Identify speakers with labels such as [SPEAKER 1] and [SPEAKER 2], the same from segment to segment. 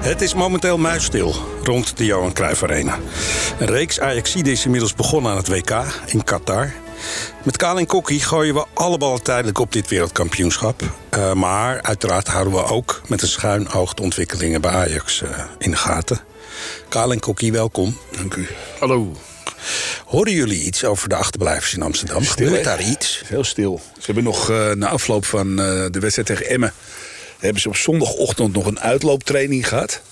[SPEAKER 1] Het is momenteel muisstil rond de Johan Cruijff Arena. Een reeks Ajaxide is inmiddels begonnen aan het WK in Qatar. Met Kaal en Kokkie gooien we alle ballen tijdelijk op dit wereldkampioenschap. Eh, maar uiteraard houden we ook met een schuin oog de ontwikkelingen bij Ajax eh, in de gaten. Kaal en Kokkie, welkom. Dank u.
[SPEAKER 2] Hallo.
[SPEAKER 1] Horen jullie iets over de achterblijvers in Amsterdam? Gebeurt daar iets?
[SPEAKER 2] Het is heel stil. Ze hebben nog eh, na afloop van eh, de wedstrijd tegen Emmen... hebben ze op zondagochtend nog een uitlooptraining gehad.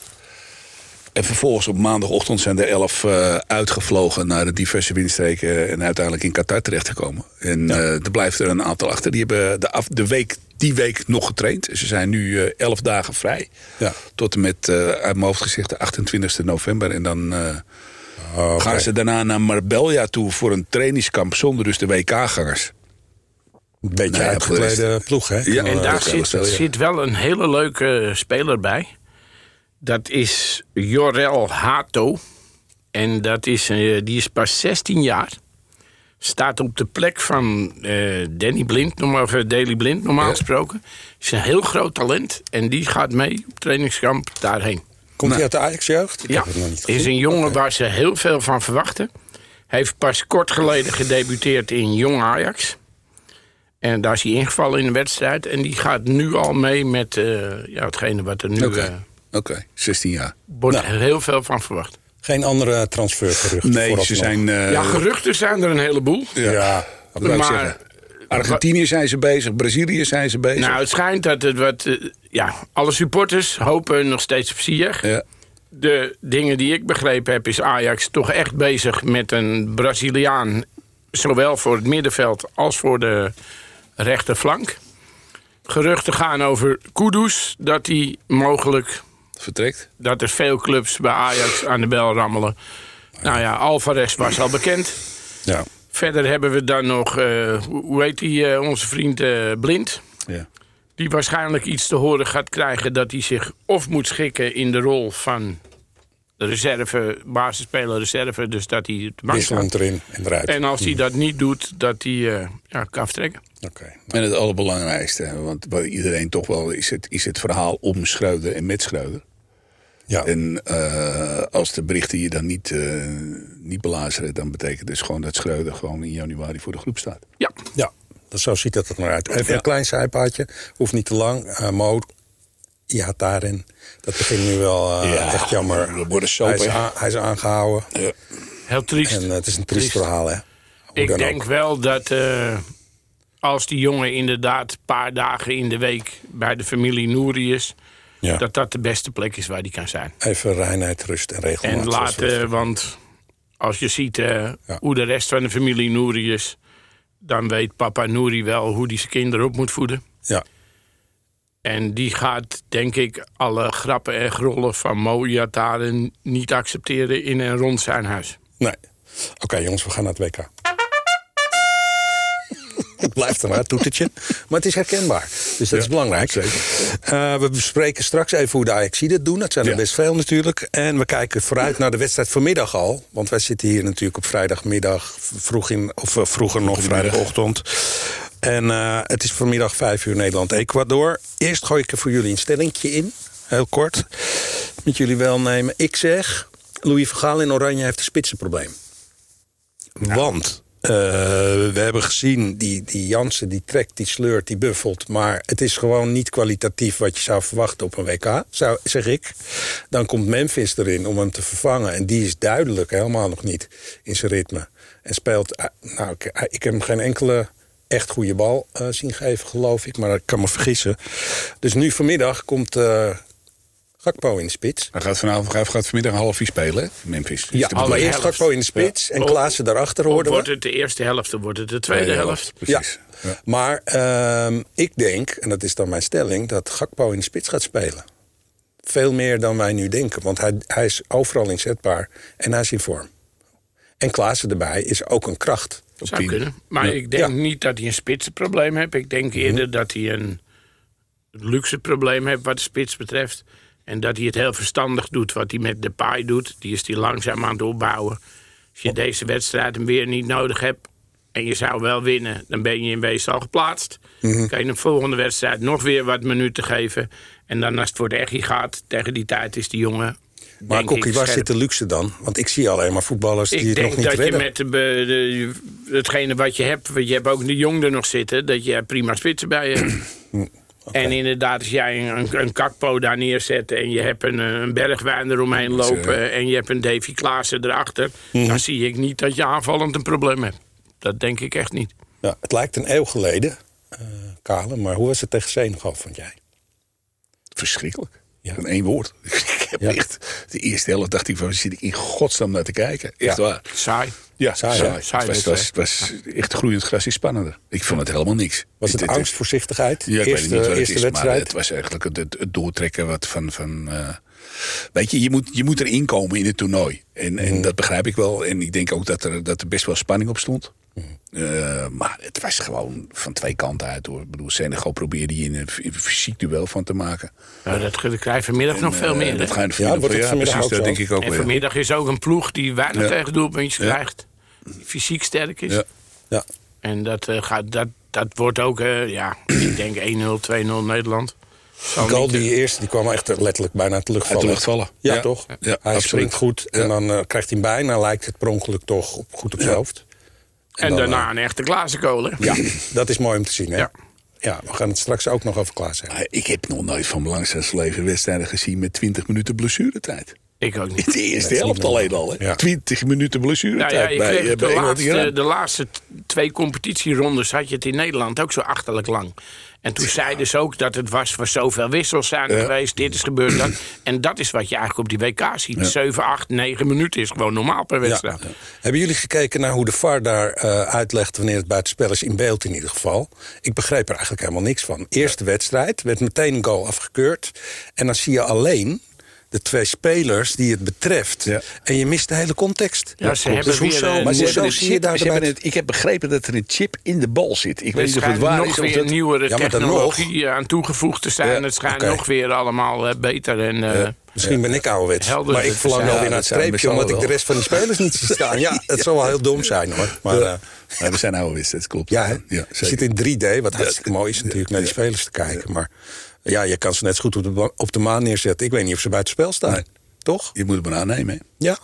[SPEAKER 2] En vervolgens op maandagochtend zijn er elf eh, uitgevlogen naar de diverse windstreken... en uiteindelijk in Qatar terechtgekomen. En eh, er blijft er een aantal achter. Die hebben de, af, de week, die week nog getraind. Ze zijn nu eh, elf dagen vrij.
[SPEAKER 1] Ja.
[SPEAKER 2] Tot en met, eh, uit mijn hoofd gezegd, de 28 november. En dan... eh, Gaan ze daarna naar Marbella toe voor een trainingskamp zonder dus de WK-gangers?
[SPEAKER 1] Een beetje
[SPEAKER 2] Nou ja, voor de
[SPEAKER 1] uitgeklede
[SPEAKER 2] rest-
[SPEAKER 1] ploeg, hè? eh,
[SPEAKER 2] Ja,
[SPEAKER 3] En
[SPEAKER 1] Maar,
[SPEAKER 2] eh, dat
[SPEAKER 3] daar
[SPEAKER 2] kan wel
[SPEAKER 3] zit,
[SPEAKER 2] zo, ja.
[SPEAKER 3] zit wel een hele leuke eh, speler bij. Dat is Jorel Hato. En dat is, eh, die is pas 16 jaar. Staat op de plek van eh, Danny Blind, normaal, of eh, Daley Blind normaal gesproken. Is een heel groot talent. En die gaat mee op trainingskamp daarheen.
[SPEAKER 1] Komt
[SPEAKER 2] Nou.
[SPEAKER 1] hij uit de Ajax-jeugd? Ik
[SPEAKER 3] Ja,
[SPEAKER 1] heb het nog niet gezien.
[SPEAKER 3] is een jongen waar ze heel veel van verwachten. Hij heeft pas kort geleden gedebuteerd in Jong Ajax. En daar is hij ingevallen in de wedstrijd. En die gaat nu al mee met eh, ja, hetgene wat er nu
[SPEAKER 2] Oké,
[SPEAKER 3] eh,
[SPEAKER 2] Oké, 16 jaar.
[SPEAKER 3] wordt er heel veel van verwacht.
[SPEAKER 1] Geen andere transfergeruchten
[SPEAKER 2] Nee, ze
[SPEAKER 1] vooralsnog.
[SPEAKER 2] zijn... eh,
[SPEAKER 3] ja, geruchten zijn er een heleboel.
[SPEAKER 2] ja,
[SPEAKER 1] Ja.
[SPEAKER 2] wat wou ik
[SPEAKER 3] Maar-
[SPEAKER 2] zeggen? Argentinië zijn ze bezig, Brazilië zijn ze bezig.
[SPEAKER 3] Nou, het schijnt dat het wat... eh, ja, alle supporters hopen nog steeds op Ziyech.
[SPEAKER 1] Nou.
[SPEAKER 2] ja.
[SPEAKER 3] De dingen die ik begrepen heb, is Ajax toch echt bezig met een Braziliaan. Zowel voor het middenveld als voor de rechterflank. Geruchten gaan over Kudus. Dat hij mogelijk,
[SPEAKER 2] Vertrekt.
[SPEAKER 3] dat er veel clubs bij Ajax aan de bel rammelen. Nou ja, Alvarez was al bekend.
[SPEAKER 1] Ja.
[SPEAKER 3] Verder hebben we dan nog, eh, hoe hoe heet die, eh, onze vriend eh, Blind.
[SPEAKER 2] Ja.
[SPEAKER 3] Die waarschijnlijk iets te horen gaat krijgen dat hij zich of moet schikken in de rol van reserve, basisspeler reserve. Dus dat hij het maakt.
[SPEAKER 1] Wisselend erin en eruit.
[SPEAKER 3] En als hij dat niet doet, dat hij eh, ja, kan vertrekken.
[SPEAKER 1] Oké. Nou.
[SPEAKER 2] En het allerbelangrijkste, want bij iedereen toch wel is het, is het verhaal om Schreuder en met Schreuder.
[SPEAKER 1] Ja.
[SPEAKER 2] En eh, als de berichten je dan niet, eh, niet belazeren, dan betekent het gewoon dat Schreuder gewoon in januari voor de groep staat.
[SPEAKER 3] Ja,
[SPEAKER 1] ja, dat, zo ziet dat er maar uit. Even
[SPEAKER 2] Ja.
[SPEAKER 1] een klein zijpaadje, hoeft niet te lang. Eh Mo, ja, daarin. Dat begint nu wel eh,
[SPEAKER 2] Ja,
[SPEAKER 1] echt jammer.
[SPEAKER 2] Ah, we worden zo
[SPEAKER 1] hij, is
[SPEAKER 2] bij-
[SPEAKER 1] aan- hij is aangehouden.
[SPEAKER 3] heel triest.
[SPEAKER 1] En eh, het is een triest
[SPEAKER 3] Triest.
[SPEAKER 1] verhaal, hè? Hoe
[SPEAKER 3] Ik
[SPEAKER 1] dan
[SPEAKER 3] denk
[SPEAKER 1] ook.
[SPEAKER 3] wel dat eh, als die jongen inderdaad een paar dagen in de week bij de familie Nouri is,
[SPEAKER 1] Ja.
[SPEAKER 3] dat dat de beste plek is waar die kan zijn.
[SPEAKER 1] Even reinheid, rust en regelmaat.
[SPEAKER 3] En
[SPEAKER 1] zoals we
[SPEAKER 3] later, want als je ziet eh,
[SPEAKER 1] Ja.
[SPEAKER 3] hoe de rest van de familie Nouri is, dan weet papa Nouri wel hoe die zijn kinderen op moet voeden.
[SPEAKER 1] Ja,
[SPEAKER 3] En die gaat, denk ik, alle grappen en grollen van Mojataren niet accepteren in en rond zijn huis.
[SPEAKER 1] nee. Oké, jongens, we gaan naar het WK. Het blijft een raar toetertje, maar het is herkenbaar. Dus dat is belangrijk. Eh, we bespreken straks even hoe de Ajaxiden het doen. Dat zijn er
[SPEAKER 2] Ja.
[SPEAKER 1] best veel natuurlijk. En we kijken vooruit naar de wedstrijd vanmiddag al. Want wij zitten hier natuurlijk op vrijdagmiddag, v- vroeg in, of eh, vroeger nog vrijdagochtend. En eh, het is vanmiddag 5 uur Nederland-Ecuador. Eerst gooi ik er voor jullie een stellingtje in, heel kort. Met jullie welnemen. Ik zeg, Louis van Gaal in Oranje heeft een spitsenprobleem. Want eh, we hebben gezien, die, die Jansen die trekt, die sleurt, die buffelt. Maar het is gewoon niet kwalitatief wat je zou verwachten op een WK, zou, zeg ik. Dan komt Memphis erin om hem te vervangen. En die is duidelijk helemaal nog niet in zijn ritme. En speelt, eh, nou, ik, eh, ik heb hem geen enkele echt goede bal eh, zien geven, geloof ik. Maar ik kan me vergissen. Dus nu vanmiddag komt eh Gakpo in de spits.
[SPEAKER 2] Hij gaat vanavond hij gaat vanmiddag half vier spelen, hè, Memphis. Dus
[SPEAKER 1] Ja,
[SPEAKER 2] de
[SPEAKER 1] maar
[SPEAKER 3] alle
[SPEAKER 1] eerst
[SPEAKER 3] helft.
[SPEAKER 1] Gakpo in de spits en
[SPEAKER 3] Oh.
[SPEAKER 1] Klaassen daarachter
[SPEAKER 3] Of
[SPEAKER 1] hoorden we.
[SPEAKER 3] wordt het de eerste helft, dan wordt het de tweede helft.
[SPEAKER 2] Precies.
[SPEAKER 1] Ja.
[SPEAKER 2] Ja.
[SPEAKER 1] Maar ehm, ik denk, en dat is dan mijn stelling, dat Gakpo in de spits gaat spelen. Veel meer dan wij nu denken, want hij, hij is overal inzetbaar en hij is in vorm. En Klaassen erbij is ook een kracht.
[SPEAKER 3] Zou
[SPEAKER 2] tien.
[SPEAKER 3] kunnen. Maar ik denk
[SPEAKER 1] Ja.
[SPEAKER 3] niet dat hij een spitsenprobleem heeft. Ik denk eerder dat hij een luxe probleem heeft wat de spits betreft. En dat hij het heel verstandig doet wat hij met Depay doet. Die is hij langzaam aan het opbouwen. Als je deze wedstrijd hem weer niet nodig hebt... en je zou wel
[SPEAKER 1] Mhm.
[SPEAKER 3] winnen, dan ben je in wezen al geplaatst. Kan je de volgende wedstrijd nog weer wat minuten geven... En dan als het voor de echt gaat, tegen die tijd is die jongen.
[SPEAKER 1] Maar
[SPEAKER 3] denk
[SPEAKER 1] Kokkie,
[SPEAKER 3] ik,
[SPEAKER 1] waar zit
[SPEAKER 3] scherp.
[SPEAKER 1] de luxe dan? Want ik zie alleen maar voetballers die
[SPEAKER 3] Ik
[SPEAKER 1] het
[SPEAKER 3] denk
[SPEAKER 1] nog niet
[SPEAKER 3] dat je
[SPEAKER 1] redden.
[SPEAKER 3] met de, be- de- hetgene wat je hebt, want je hebt ook de jong er nog zitten, dat je prima spitsen bij je hebt. En inderdaad, als jij een, een, een kakpo daar neerzet en je hebt een, eh, een bergwijn eromheen lopen en je hebt een Davy Klaassen erachter,
[SPEAKER 2] Mhm.
[SPEAKER 3] dan zie ik niet dat je aanvallend een probleem hebt. Dat denk ik echt niet.
[SPEAKER 1] Ja, het lijkt een eeuw geleden, eh Kale, maar hoe was het tegen Senegal, vond jij?
[SPEAKER 2] Verschrikkelijk.
[SPEAKER 1] Ja.
[SPEAKER 2] In één woord. ik heb
[SPEAKER 1] Ja.
[SPEAKER 2] echt... De eerste helft dacht ik van, waar zit ik in godsnaam naar te kijken? Echt
[SPEAKER 1] Ja.
[SPEAKER 2] waar.
[SPEAKER 3] Saai.
[SPEAKER 2] Ja,
[SPEAKER 1] Saai, hè?
[SPEAKER 2] saai.
[SPEAKER 3] Saai
[SPEAKER 2] het was, was,
[SPEAKER 3] wedstrijd.
[SPEAKER 2] was echt groeiend gras is spannender. Ik vond het helemaal niks.
[SPEAKER 1] Was het
[SPEAKER 2] Dit- dit-
[SPEAKER 1] angst, voorzichtigheid?
[SPEAKER 2] Ja, ik
[SPEAKER 1] eerste
[SPEAKER 2] weet niet wat het
[SPEAKER 1] eerste
[SPEAKER 2] is, maar
[SPEAKER 1] wedstrijd?
[SPEAKER 2] het was eigenlijk het, het, het doortrekken wat van... van eh, weet je, je moet, je moet erin komen in het toernooi. En,
[SPEAKER 1] Mm.
[SPEAKER 2] en dat begrijp ik wel. En ik denk ook dat er, dat er best wel spanning op stond.
[SPEAKER 1] Mm.
[SPEAKER 2] Eh, maar het was gewoon van twee kanten uit hoor. Ik bedoel, Senegal probeerde hier een, f- een fysiek duel van te maken.
[SPEAKER 3] Nou, dat ge- krijg je vanmiddag nog veel
[SPEAKER 2] Eh,
[SPEAKER 3] meer. hè?
[SPEAKER 2] dat ga je
[SPEAKER 1] Ja, wordt
[SPEAKER 2] vanmiddag-
[SPEAKER 1] het
[SPEAKER 2] ja,
[SPEAKER 1] vanmiddag
[SPEAKER 2] precies,
[SPEAKER 1] ook
[SPEAKER 2] dat
[SPEAKER 1] zo.
[SPEAKER 2] denk ik ook
[SPEAKER 3] en
[SPEAKER 2] wel. ja.
[SPEAKER 3] vanmiddag is ook een ploeg die weinig
[SPEAKER 2] Ja.
[SPEAKER 3] tegen doelpuntjes
[SPEAKER 2] Ja.
[SPEAKER 3] krijgt. die Fysiek sterk is.
[SPEAKER 2] Ja.
[SPEAKER 1] Ja.
[SPEAKER 3] En dat, eh, gaat, dat, dat wordt ook, eh, ja, ik denk 1-0, 2-0 Nederland. Zal
[SPEAKER 1] Die goal,
[SPEAKER 3] niet, eh,
[SPEAKER 1] die eerste, die kwam echt letterlijk bijna uit de lucht
[SPEAKER 2] Uit
[SPEAKER 1] vallen.
[SPEAKER 2] de lucht vallen.
[SPEAKER 1] Ja, toch?
[SPEAKER 2] Ja,
[SPEAKER 1] hij
[SPEAKER 2] absoluut.
[SPEAKER 1] springt goed en dan eh, krijgt hij hem bijna, lijkt het per ongeluk toch op, goed op zijn hoofd.
[SPEAKER 3] eh, en daarna een echte glazenkolen.
[SPEAKER 1] eh, Ja, dat is mooi om te zien, hè? Ja.
[SPEAKER 3] Ja.
[SPEAKER 1] we gaan het straks ook nog over Klaas hebben.
[SPEAKER 2] Maar Ik heb nog nooit van mijn langzaamste leven wedstrijden gezien met 20 minuten blessuretijd.
[SPEAKER 3] Ik ook niet.
[SPEAKER 2] In de eerste helft alleen al. Hè?
[SPEAKER 1] Ja.
[SPEAKER 2] 20 minuten blessuretijd
[SPEAKER 3] Nou ja, ik
[SPEAKER 2] bij,
[SPEAKER 3] kreeg
[SPEAKER 2] eh,
[SPEAKER 3] de,
[SPEAKER 2] bij Engeland.
[SPEAKER 3] laatste,
[SPEAKER 2] Ierland.
[SPEAKER 3] de laatste t- twee competitierondes had je het in Nederland ook zo achterlijk lang. En toen zeiden ze ook dat het was voor zoveel wissels zijn er geweest, dit is gebeurd, dat. En dat is wat je eigenlijk op die WK ziet. 7, 8, 9 minuten is gewoon normaal per
[SPEAKER 1] Ja.
[SPEAKER 3] wedstrijd.
[SPEAKER 1] Hebben jullie gekeken naar hoe de VAR daar eh, uitlegt wanneer het buitenspel is in beeld in ieder geval? Ik begreep er eigenlijk helemaal niks van. Eerste wedstrijd werd meteen een goal afgekeurd. En dan zie je alleen de twee spelers die het betreft.
[SPEAKER 2] Ja.
[SPEAKER 1] En je mist de hele context.
[SPEAKER 3] Ja, ze hebben
[SPEAKER 1] dus
[SPEAKER 3] weer
[SPEAKER 1] hoezo,
[SPEAKER 3] een-
[SPEAKER 2] Maar eh, ze
[SPEAKER 1] hoezo
[SPEAKER 2] hebben een
[SPEAKER 1] zie je
[SPEAKER 2] chip,
[SPEAKER 1] daar
[SPEAKER 2] ze
[SPEAKER 1] de
[SPEAKER 2] hebben
[SPEAKER 1] buiten-
[SPEAKER 2] een- ik heb begrepen dat er een chip in de bal zit. Ik weet
[SPEAKER 3] Er
[SPEAKER 2] niet of het
[SPEAKER 3] schijnt
[SPEAKER 2] waar
[SPEAKER 3] nog
[SPEAKER 2] is. of
[SPEAKER 3] weer
[SPEAKER 2] dat-
[SPEAKER 3] nieuwere
[SPEAKER 1] Ja, maar dan
[SPEAKER 3] technologie aan toegevoegd te zijn.
[SPEAKER 2] Ja,
[SPEAKER 3] het schijnt
[SPEAKER 1] oké.
[SPEAKER 3] nog weer allemaal eh, beter. En, eh,
[SPEAKER 1] Misschien ben ik ouderwets.
[SPEAKER 3] Helder
[SPEAKER 1] maar ik
[SPEAKER 3] te
[SPEAKER 1] verlang
[SPEAKER 3] zijn.
[SPEAKER 1] wel weer
[SPEAKER 2] Ja,
[SPEAKER 1] naar het
[SPEAKER 2] dat zijn we
[SPEAKER 1] streepje... omdat
[SPEAKER 2] met z'n
[SPEAKER 1] ik de
[SPEAKER 2] allen
[SPEAKER 1] rest van de spelers niet zie staan. Ja, het zal wel heel dom zijn hoor. Maar, eh,
[SPEAKER 2] Ja, we zijn ouderwets, dat klopt.
[SPEAKER 1] Ja, hè?
[SPEAKER 2] ja
[SPEAKER 1] je
[SPEAKER 2] zeker.
[SPEAKER 1] zit in 3D, wat hartstikke mooi is natuurlijk, naar die spelers te kijken. Maar ja, je kan ze net zo goed op de, ba- op de maan neerzetten. Ik weet niet of ze buiten spel staan.
[SPEAKER 2] Nee.
[SPEAKER 1] Toch?
[SPEAKER 2] Je moet het maar aannemen. hè.
[SPEAKER 1] Ja.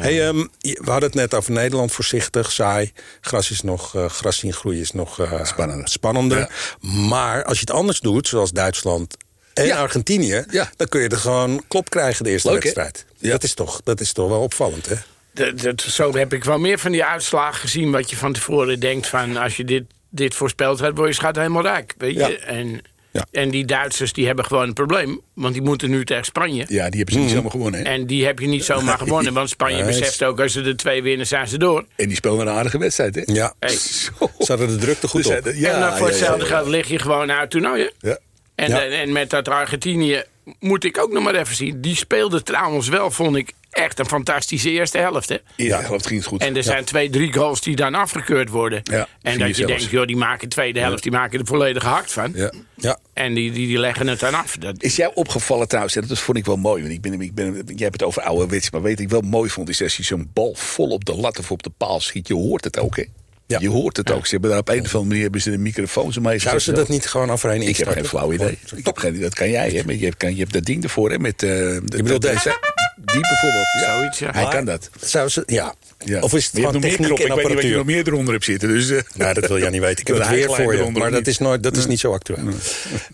[SPEAKER 1] Hey, ehm, je- we hadden het net over Nederland, voorzichtig, saai. Gras, is nog, eh, gras zien groeien is nog eh,
[SPEAKER 2] Spannender.
[SPEAKER 1] spannender. Maar als je het anders doet, zoals Duitsland en
[SPEAKER 2] Ja.
[SPEAKER 1] Argentinië...
[SPEAKER 2] Ja.
[SPEAKER 1] dan kun je er gewoon klop krijgen de eerste
[SPEAKER 2] Leuk, hè?
[SPEAKER 1] wedstrijd.
[SPEAKER 2] Ja.
[SPEAKER 1] Dat, is toch, dat is toch wel opvallend, hè?
[SPEAKER 3] Dat, dat- zo heb ik wel meer van die uitslagen gezien. Wat je van tevoren denkt van als je dit, dit voorspeld had, word je schat helemaal rijk. Weet je?
[SPEAKER 1] Ja.
[SPEAKER 3] En,
[SPEAKER 1] Ja.
[SPEAKER 3] en die Duitsers die hebben gewoon een probleem. Want die moeten nu tegen Spanje.
[SPEAKER 2] Ja, die hebben ze niet zomaar gewonnen. Hè? En,
[SPEAKER 3] En die heb je niet zomaar gewonnen. Want Spanje
[SPEAKER 1] Nee,
[SPEAKER 3] beseft ook, als ze de twee winnen, zijn ze door.
[SPEAKER 2] die spelen een aardige wedstrijd, hè?
[SPEAKER 1] Ja.
[SPEAKER 3] Hey.
[SPEAKER 1] Ze hadden de druk er goed
[SPEAKER 2] Dus
[SPEAKER 1] op.
[SPEAKER 2] zij- ja,
[SPEAKER 3] en dan voor
[SPEAKER 2] ja, ja,
[SPEAKER 3] hetzelfde
[SPEAKER 2] ja.
[SPEAKER 3] geld lig je gewoon uit toernooien.
[SPEAKER 2] Ja.
[SPEAKER 3] En,
[SPEAKER 1] Ja.
[SPEAKER 3] en, en met dat Argentinië moet ik ook nog maar even zien. Die speelde trouwens wel, vond ik, echt een fantastische eerste helft. Hè?
[SPEAKER 2] Ja, ik geloof het ging het goed.
[SPEAKER 3] En er zijn twee, drie goals die dan afgekeurd worden.
[SPEAKER 2] Ja,
[SPEAKER 3] en
[SPEAKER 2] vier
[SPEAKER 3] dat je
[SPEAKER 2] zelfs.
[SPEAKER 3] denkt, joh, die maken de tweede helft, die maken er volledig hard van.
[SPEAKER 2] Ja.
[SPEAKER 1] Ja.
[SPEAKER 3] En die, die, die leggen het dan af. Dat,
[SPEAKER 2] Is jou opgevallen trouwens, en dat vond ik wel mooi, want ik ben, ik ben, jij hebt het over ouderwets, maar weet ik wel mooi vond, is als je zo'n bal vol op de lat of op de paal schiet, je hoort het ook, hè?
[SPEAKER 1] Ja.
[SPEAKER 2] Je hoort het ook. Ze hebben daar op een of andere manier hebben ze de microfoons omheen
[SPEAKER 1] Zouden ze
[SPEAKER 2] gezet.
[SPEAKER 1] dat niet gewoon overheen
[SPEAKER 2] Ik heb
[SPEAKER 1] instarten?
[SPEAKER 2] geen flauw idee. Ik heb geen, dat kan jij, hè? maar Je hebt, kan, je hebt dat ding ervoor, hè? Met, eh je
[SPEAKER 1] bedoelt deze?
[SPEAKER 2] Die bijvoorbeeld. Ja.
[SPEAKER 3] Zoiets, ja.
[SPEAKER 2] Hij
[SPEAKER 3] Maar-
[SPEAKER 2] kan dat.
[SPEAKER 1] Zou ze, ja.
[SPEAKER 2] Ja.
[SPEAKER 1] Of is het
[SPEAKER 2] Maar je hebt
[SPEAKER 1] gewoon
[SPEAKER 2] nog meer
[SPEAKER 1] techniek
[SPEAKER 2] knoppen.
[SPEAKER 1] en
[SPEAKER 2] Ik weet niet wat je nog
[SPEAKER 1] apparatuur?
[SPEAKER 2] meer eronder hebt zitten. Dus, eh,
[SPEAKER 1] Nou, dat wil jij niet weten. Ik heb
[SPEAKER 2] Dat
[SPEAKER 1] het weer
[SPEAKER 2] haaglijn
[SPEAKER 1] voor je,
[SPEAKER 2] eronder,
[SPEAKER 1] maar
[SPEAKER 2] of
[SPEAKER 1] dat
[SPEAKER 2] niet?
[SPEAKER 1] is, nooit, dat is niet zo actueel.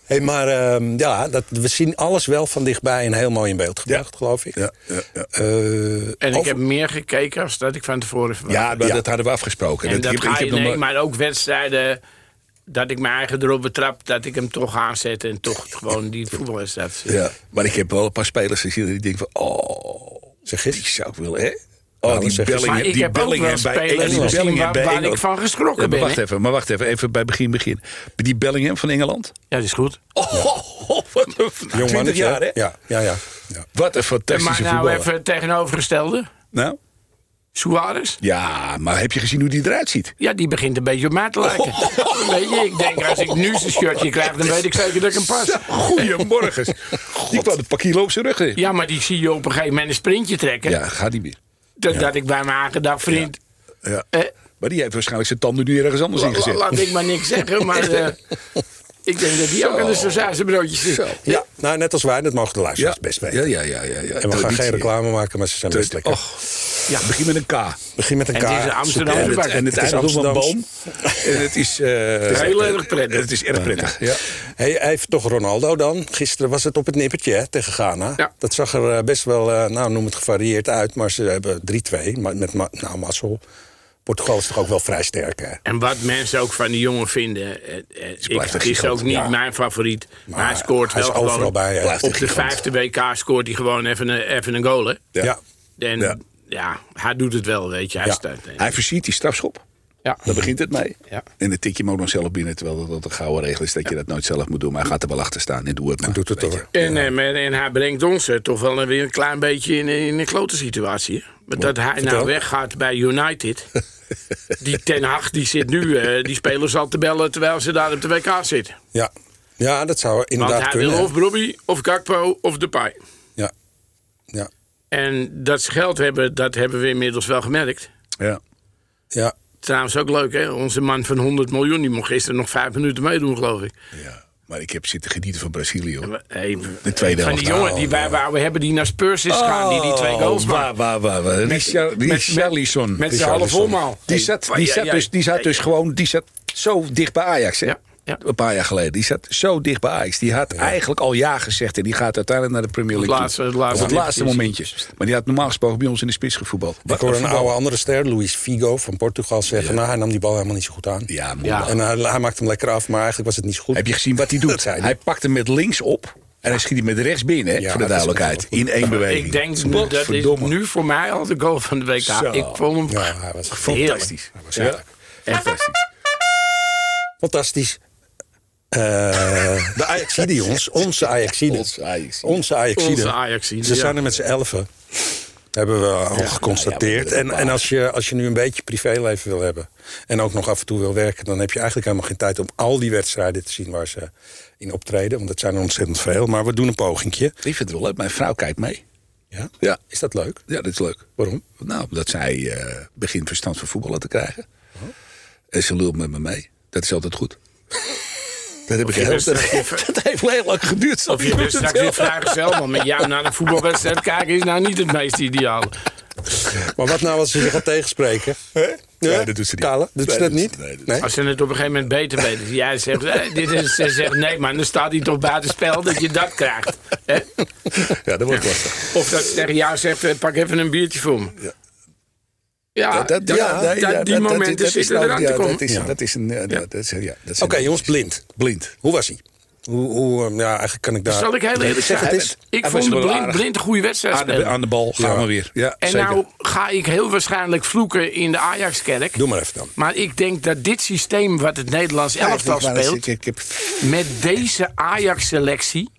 [SPEAKER 1] Hey, maar ehm, ja, dat, we zien alles wel van dichtbij en heel mooi in beeld gebracht, geloof ik.
[SPEAKER 2] Ja, ja, ja.
[SPEAKER 1] Eh,
[SPEAKER 3] en ik
[SPEAKER 1] over-
[SPEAKER 3] heb meer gekeken als dat ik van tevoren verwachtte.
[SPEAKER 2] ja, maar
[SPEAKER 1] Ja.
[SPEAKER 2] dat hadden we afgesproken.
[SPEAKER 3] En dat
[SPEAKER 2] ik heb- ik
[SPEAKER 3] ga je,
[SPEAKER 2] heb nog
[SPEAKER 3] nee,
[SPEAKER 2] nooit-
[SPEAKER 3] maar ook wedstrijden dat ik mijn eigen erop betrap, dat ik hem toch aanzet en toch gewoon die voetbalwedstrijd.
[SPEAKER 2] Ja, maar ik heb wel een paar spelers gezien die denken van, oh,
[SPEAKER 1] Zeg eens.
[SPEAKER 2] die zou ik willen, hè? Oh,
[SPEAKER 1] dat
[SPEAKER 2] die
[SPEAKER 1] zeg eens.
[SPEAKER 2] Bellingham,
[SPEAKER 3] Maar ik
[SPEAKER 2] die
[SPEAKER 3] heb ook wel
[SPEAKER 2] Bellingham bij
[SPEAKER 3] spelers
[SPEAKER 2] Engeland.
[SPEAKER 3] gezien
[SPEAKER 2] Bellingham
[SPEAKER 3] waar-
[SPEAKER 2] bij
[SPEAKER 3] waar ik
[SPEAKER 2] Engeland.
[SPEAKER 3] van geschrokken
[SPEAKER 2] Ja, maar
[SPEAKER 3] ben,
[SPEAKER 2] Wacht
[SPEAKER 3] hè?
[SPEAKER 2] even, maar wacht even, even bij begin, begin. Die Bellingham van Engeland.
[SPEAKER 3] Ja, dat is goed.
[SPEAKER 2] Oh, wat een
[SPEAKER 1] jong
[SPEAKER 2] 20
[SPEAKER 1] mannetje,
[SPEAKER 2] jaar, hè?
[SPEAKER 1] Ja, ja, ja. ja.
[SPEAKER 2] Wat een
[SPEAKER 3] maar
[SPEAKER 2] fantastische
[SPEAKER 3] nou
[SPEAKER 2] voetballer.
[SPEAKER 3] even het tegenovergestelde.
[SPEAKER 2] Nou?
[SPEAKER 3] Suarez.
[SPEAKER 2] Ja, maar heb je gezien hoe die eruit ziet?
[SPEAKER 3] Ja, die begint een beetje op mij te lijken. Weet je, ik denk als ik nu zijn shirtje krijg, dan weet ik zeker dat ik hem pas.
[SPEAKER 2] Zo, Goedemorgens. die kwam een paar kilo op zijn rug. in.
[SPEAKER 3] Ja, maar die zie je op een gegeven moment een sprintje trekken.
[SPEAKER 2] Ja, gaat niet meer.
[SPEAKER 3] Dat, dat ik bij mijn eigen dag, vriend,
[SPEAKER 2] Ja.
[SPEAKER 3] eh,
[SPEAKER 2] Maar die heeft waarschijnlijk zijn tanden nu ergens anders
[SPEAKER 3] la- la-
[SPEAKER 2] ingezet.
[SPEAKER 3] laat ik maar niks zeggen. Maar eh, ik denk dat die ook aan de sausage broodjes zit.
[SPEAKER 2] Zo.
[SPEAKER 1] Ja, Nou, net als wij, dat mogen de luisteraars
[SPEAKER 2] Ja,
[SPEAKER 1] best
[SPEAKER 2] ja,
[SPEAKER 1] weten.
[SPEAKER 2] ja, ja, ja, ja.
[SPEAKER 1] En we gaan
[SPEAKER 2] Traditie.
[SPEAKER 1] geen reclame maken, maar ze zijn best
[SPEAKER 2] Traditie.
[SPEAKER 1] lekker.
[SPEAKER 2] Och, ja, begin met een K.
[SPEAKER 1] Begin met een
[SPEAKER 3] En
[SPEAKER 1] K.
[SPEAKER 3] het is een Amsterdamse
[SPEAKER 1] Super.
[SPEAKER 2] En het,
[SPEAKER 3] bak.
[SPEAKER 2] en het,
[SPEAKER 1] Het is
[SPEAKER 2] eindigt op een
[SPEAKER 1] Amsterdams.
[SPEAKER 2] boom. En het is... eh,
[SPEAKER 3] heel erg prettig.
[SPEAKER 2] Het is erg prettig, ja.
[SPEAKER 1] Hey, hij heeft toch Ronaldo dan? Gisteren was het op het nippertje hè, tegen Ghana.
[SPEAKER 3] Ja.
[SPEAKER 1] Dat zag er eh, best wel, eh, nou noem het gevarieerd uit, maar ze hebben 3-2 maar met ma nou, mazzel. Portugal is toch ook wel vrij sterk, hè?
[SPEAKER 3] En wat mensen ook van die jongen vinden, eh, eh, ik,
[SPEAKER 2] blijft een
[SPEAKER 3] het is
[SPEAKER 2] gigant,
[SPEAKER 3] ook niet
[SPEAKER 1] ja.
[SPEAKER 3] mijn favoriet. Maar, hij scoort
[SPEAKER 1] hij
[SPEAKER 3] wel
[SPEAKER 1] is overal
[SPEAKER 3] gewoon.
[SPEAKER 1] bij, hè? Blijft
[SPEAKER 2] een
[SPEAKER 3] op de
[SPEAKER 2] gigant.
[SPEAKER 3] vijfde WK scoort hij gewoon even een, even een goal. Hè?
[SPEAKER 1] Ja.
[SPEAKER 3] En
[SPEAKER 2] Ja.
[SPEAKER 3] ja. hij doet het wel, weet je. Hij
[SPEAKER 1] Ja.
[SPEAKER 3] staat. eh,
[SPEAKER 2] Hij versiert die strafschop.
[SPEAKER 3] Ja.
[SPEAKER 2] Daar begint het mee.
[SPEAKER 3] Ja.
[SPEAKER 2] En dan tik je hem ook nog zelf binnen. Terwijl dat- dat een gouden regel is dat je dat nooit zelf moet doen. Maar hij gaat er wel achter staan en doe het maar.
[SPEAKER 1] doet het
[SPEAKER 2] Weet je.
[SPEAKER 1] hoor.
[SPEAKER 3] En, eh, maar- en hij brengt ons eh, toch wel weer een klein beetje in, eh, in een klote situatie. hè? Want dat hij
[SPEAKER 1] vertel.
[SPEAKER 3] nou weggaat bij United. die Ten Hag die zit nu eh, die spelers al te bellen terwijl ze daar op de WK zitten.
[SPEAKER 1] Ja. ja, dat zou
[SPEAKER 3] Want
[SPEAKER 1] inderdaad
[SPEAKER 3] hij
[SPEAKER 1] kunnen.
[SPEAKER 3] wil of Brobbey of Gakpo of Depay.
[SPEAKER 1] Ja. Ja.
[SPEAKER 3] En dat ze geld hebben, dat hebben we inmiddels wel gemerkt.
[SPEAKER 2] Ja.
[SPEAKER 1] Ja.
[SPEAKER 3] Trouwens ook leuk, hè? Onze man van 100 miljoen, die mocht gisteren nog vijf minuten meedoen, geloof ik.
[SPEAKER 2] ja. Maar ik heb zitten genieten van Brazilië. Hoor.
[SPEAKER 3] Hey,
[SPEAKER 2] De tweede
[SPEAKER 3] eh, van
[SPEAKER 2] helft.
[SPEAKER 3] die jongen die wij wouden hebben, die naar Spurs is gegaan, Dus die die twee goals
[SPEAKER 2] Oh,
[SPEAKER 3] maakt.
[SPEAKER 2] Waar, waar, waar. waar. Richard, Richarlison.
[SPEAKER 3] Met z'n half omhaal.
[SPEAKER 2] Die zat, die zat, dus, die zat dus gewoon die zat zo dicht bij Ajax. Hè?
[SPEAKER 3] Ja, ja.
[SPEAKER 2] Een paar jaar geleden. Die zat zo dicht bij Ajax. Die had eigenlijk al ja gezegd. En die gaat uiteindelijk naar de Premier League.
[SPEAKER 3] laatste-
[SPEAKER 2] toe.
[SPEAKER 3] het laatste
[SPEAKER 2] Op het laatste
[SPEAKER 3] momentje.
[SPEAKER 2] momentje. Maar die had normaal gesproken bij ons in de spits gevoetbald.
[SPEAKER 1] Ik hoor een
[SPEAKER 2] Voetbal.
[SPEAKER 1] oude andere ster, Luis Figo van Portugal, zeggen... nou, hij nam die bal helemaal niet zo goed aan.
[SPEAKER 2] Ja, man.
[SPEAKER 3] Ja.
[SPEAKER 1] En hij, hij maakte hem lekker af, maar eigenlijk was het niet zo goed.
[SPEAKER 2] Heb je gezien wat hij doet?
[SPEAKER 1] zei hij.
[SPEAKER 2] hij pakt hem met links op. En hij schiet hem met rechts binnen. hè,
[SPEAKER 1] Ja,
[SPEAKER 2] voor de
[SPEAKER 1] dat is
[SPEAKER 2] duidelijkheid. In één beweging.
[SPEAKER 3] Ik denk, nu- dat is
[SPEAKER 2] Godverdomme.
[SPEAKER 3] nu voor mij al de goal van de WK.
[SPEAKER 2] Zo.
[SPEAKER 3] Ik vond hem
[SPEAKER 1] Ja, hij was
[SPEAKER 3] fantastisch.
[SPEAKER 2] Fantastisch.
[SPEAKER 1] heerlijk.
[SPEAKER 2] Fantastisch.
[SPEAKER 1] Fantastisch. Eh, de Ajaxide, jongens. Onze Ajaxide.
[SPEAKER 2] Onze Ajaxide.
[SPEAKER 1] Onze Ajaxide.
[SPEAKER 3] Onze Ajaxide,
[SPEAKER 1] Ze
[SPEAKER 3] ja.
[SPEAKER 1] zijn er met z'n elfen. Hebben we al geconstateerd.
[SPEAKER 2] ja, maar-
[SPEAKER 1] en en als, je, als je nu een beetje privéleven wil hebben. en ook nog af en toe wil werken. dan heb je eigenlijk helemaal geen tijd om al die wedstrijden te zien waar ze in optreden. Want dat zijn er ontzettend veel. Maar we doen een pogingje.
[SPEAKER 2] Ik vind het wel leuk. Mijn vrouw kijkt mee.
[SPEAKER 1] Ja?
[SPEAKER 2] Ja.
[SPEAKER 1] Is dat leuk?
[SPEAKER 2] Ja, dat is leuk.
[SPEAKER 1] Waarom?
[SPEAKER 2] Nou, omdat zij eh, begint verstand van voetballen te krijgen. En ze lult met me mee. Dat is altijd goed. dat, heb ik heel,
[SPEAKER 3] bent
[SPEAKER 2] dat,
[SPEAKER 3] straks-
[SPEAKER 2] dat heeft heel lang geduurd.
[SPEAKER 3] Of je bent straks weer vrijgezel, maar met jou naar een voetbalwedstrijd kijken is nou niet het meest ideale.
[SPEAKER 1] Maar wat nou als ze zich gaat tegenspreken?
[SPEAKER 2] Nee, dat doet ze niet.
[SPEAKER 1] Kale, doet ze dat
[SPEAKER 2] Nee, dat
[SPEAKER 1] niet?
[SPEAKER 2] doet ze- nee, dat
[SPEAKER 3] Als ze het op een gegeven moment beter weten. Jij zegt, eh, dit is, ze zegt nee, maar dan staat hij toch buiten spel dat je dat krijgt. hè?
[SPEAKER 2] Ja, dat wordt lastig.
[SPEAKER 3] Of dat ze tegen jou zegt, eh, pak even een biertje voor me. Ja,
[SPEAKER 2] Dat- dat-
[SPEAKER 3] dat-
[SPEAKER 2] ja, nee,
[SPEAKER 3] dat-
[SPEAKER 2] ja,
[SPEAKER 3] die
[SPEAKER 2] dat- dat-
[SPEAKER 3] momenten
[SPEAKER 2] dat is
[SPEAKER 3] zitten
[SPEAKER 2] nou-
[SPEAKER 3] eraan
[SPEAKER 2] ja,
[SPEAKER 3] te komen.
[SPEAKER 2] Dat is, dat is een... eh, dat- dat is- ja, dat is een-
[SPEAKER 1] Oké, jongens, blind.
[SPEAKER 2] Blind.
[SPEAKER 1] Hoe was hij? Hoe, hoe, eh, ja, eigenlijk kan ik daar...
[SPEAKER 3] Zal ik heel eerlijk
[SPEAKER 1] zeg
[SPEAKER 3] zeggen?
[SPEAKER 1] het eens.
[SPEAKER 3] Ik
[SPEAKER 2] Hij was
[SPEAKER 3] vond de
[SPEAKER 2] wel
[SPEAKER 3] blind,
[SPEAKER 2] aardig.
[SPEAKER 3] blind een goede wedstrijd
[SPEAKER 2] Aan de,
[SPEAKER 3] spelen.
[SPEAKER 2] aan de bal gaan
[SPEAKER 1] Ja.
[SPEAKER 2] we weer. Ja,
[SPEAKER 3] En
[SPEAKER 2] zeker.
[SPEAKER 3] nou ga ik heel waarschijnlijk vloeken in de Ajax-kerk.
[SPEAKER 1] Doe maar even dan.
[SPEAKER 3] Maar ik denk dat dit systeem wat het Nederlands
[SPEAKER 2] Ja,
[SPEAKER 3] elftal
[SPEAKER 2] ik wou net zeggen,
[SPEAKER 3] speelt...
[SPEAKER 2] Ik, ik heb
[SPEAKER 3] met deze Ajax-selectie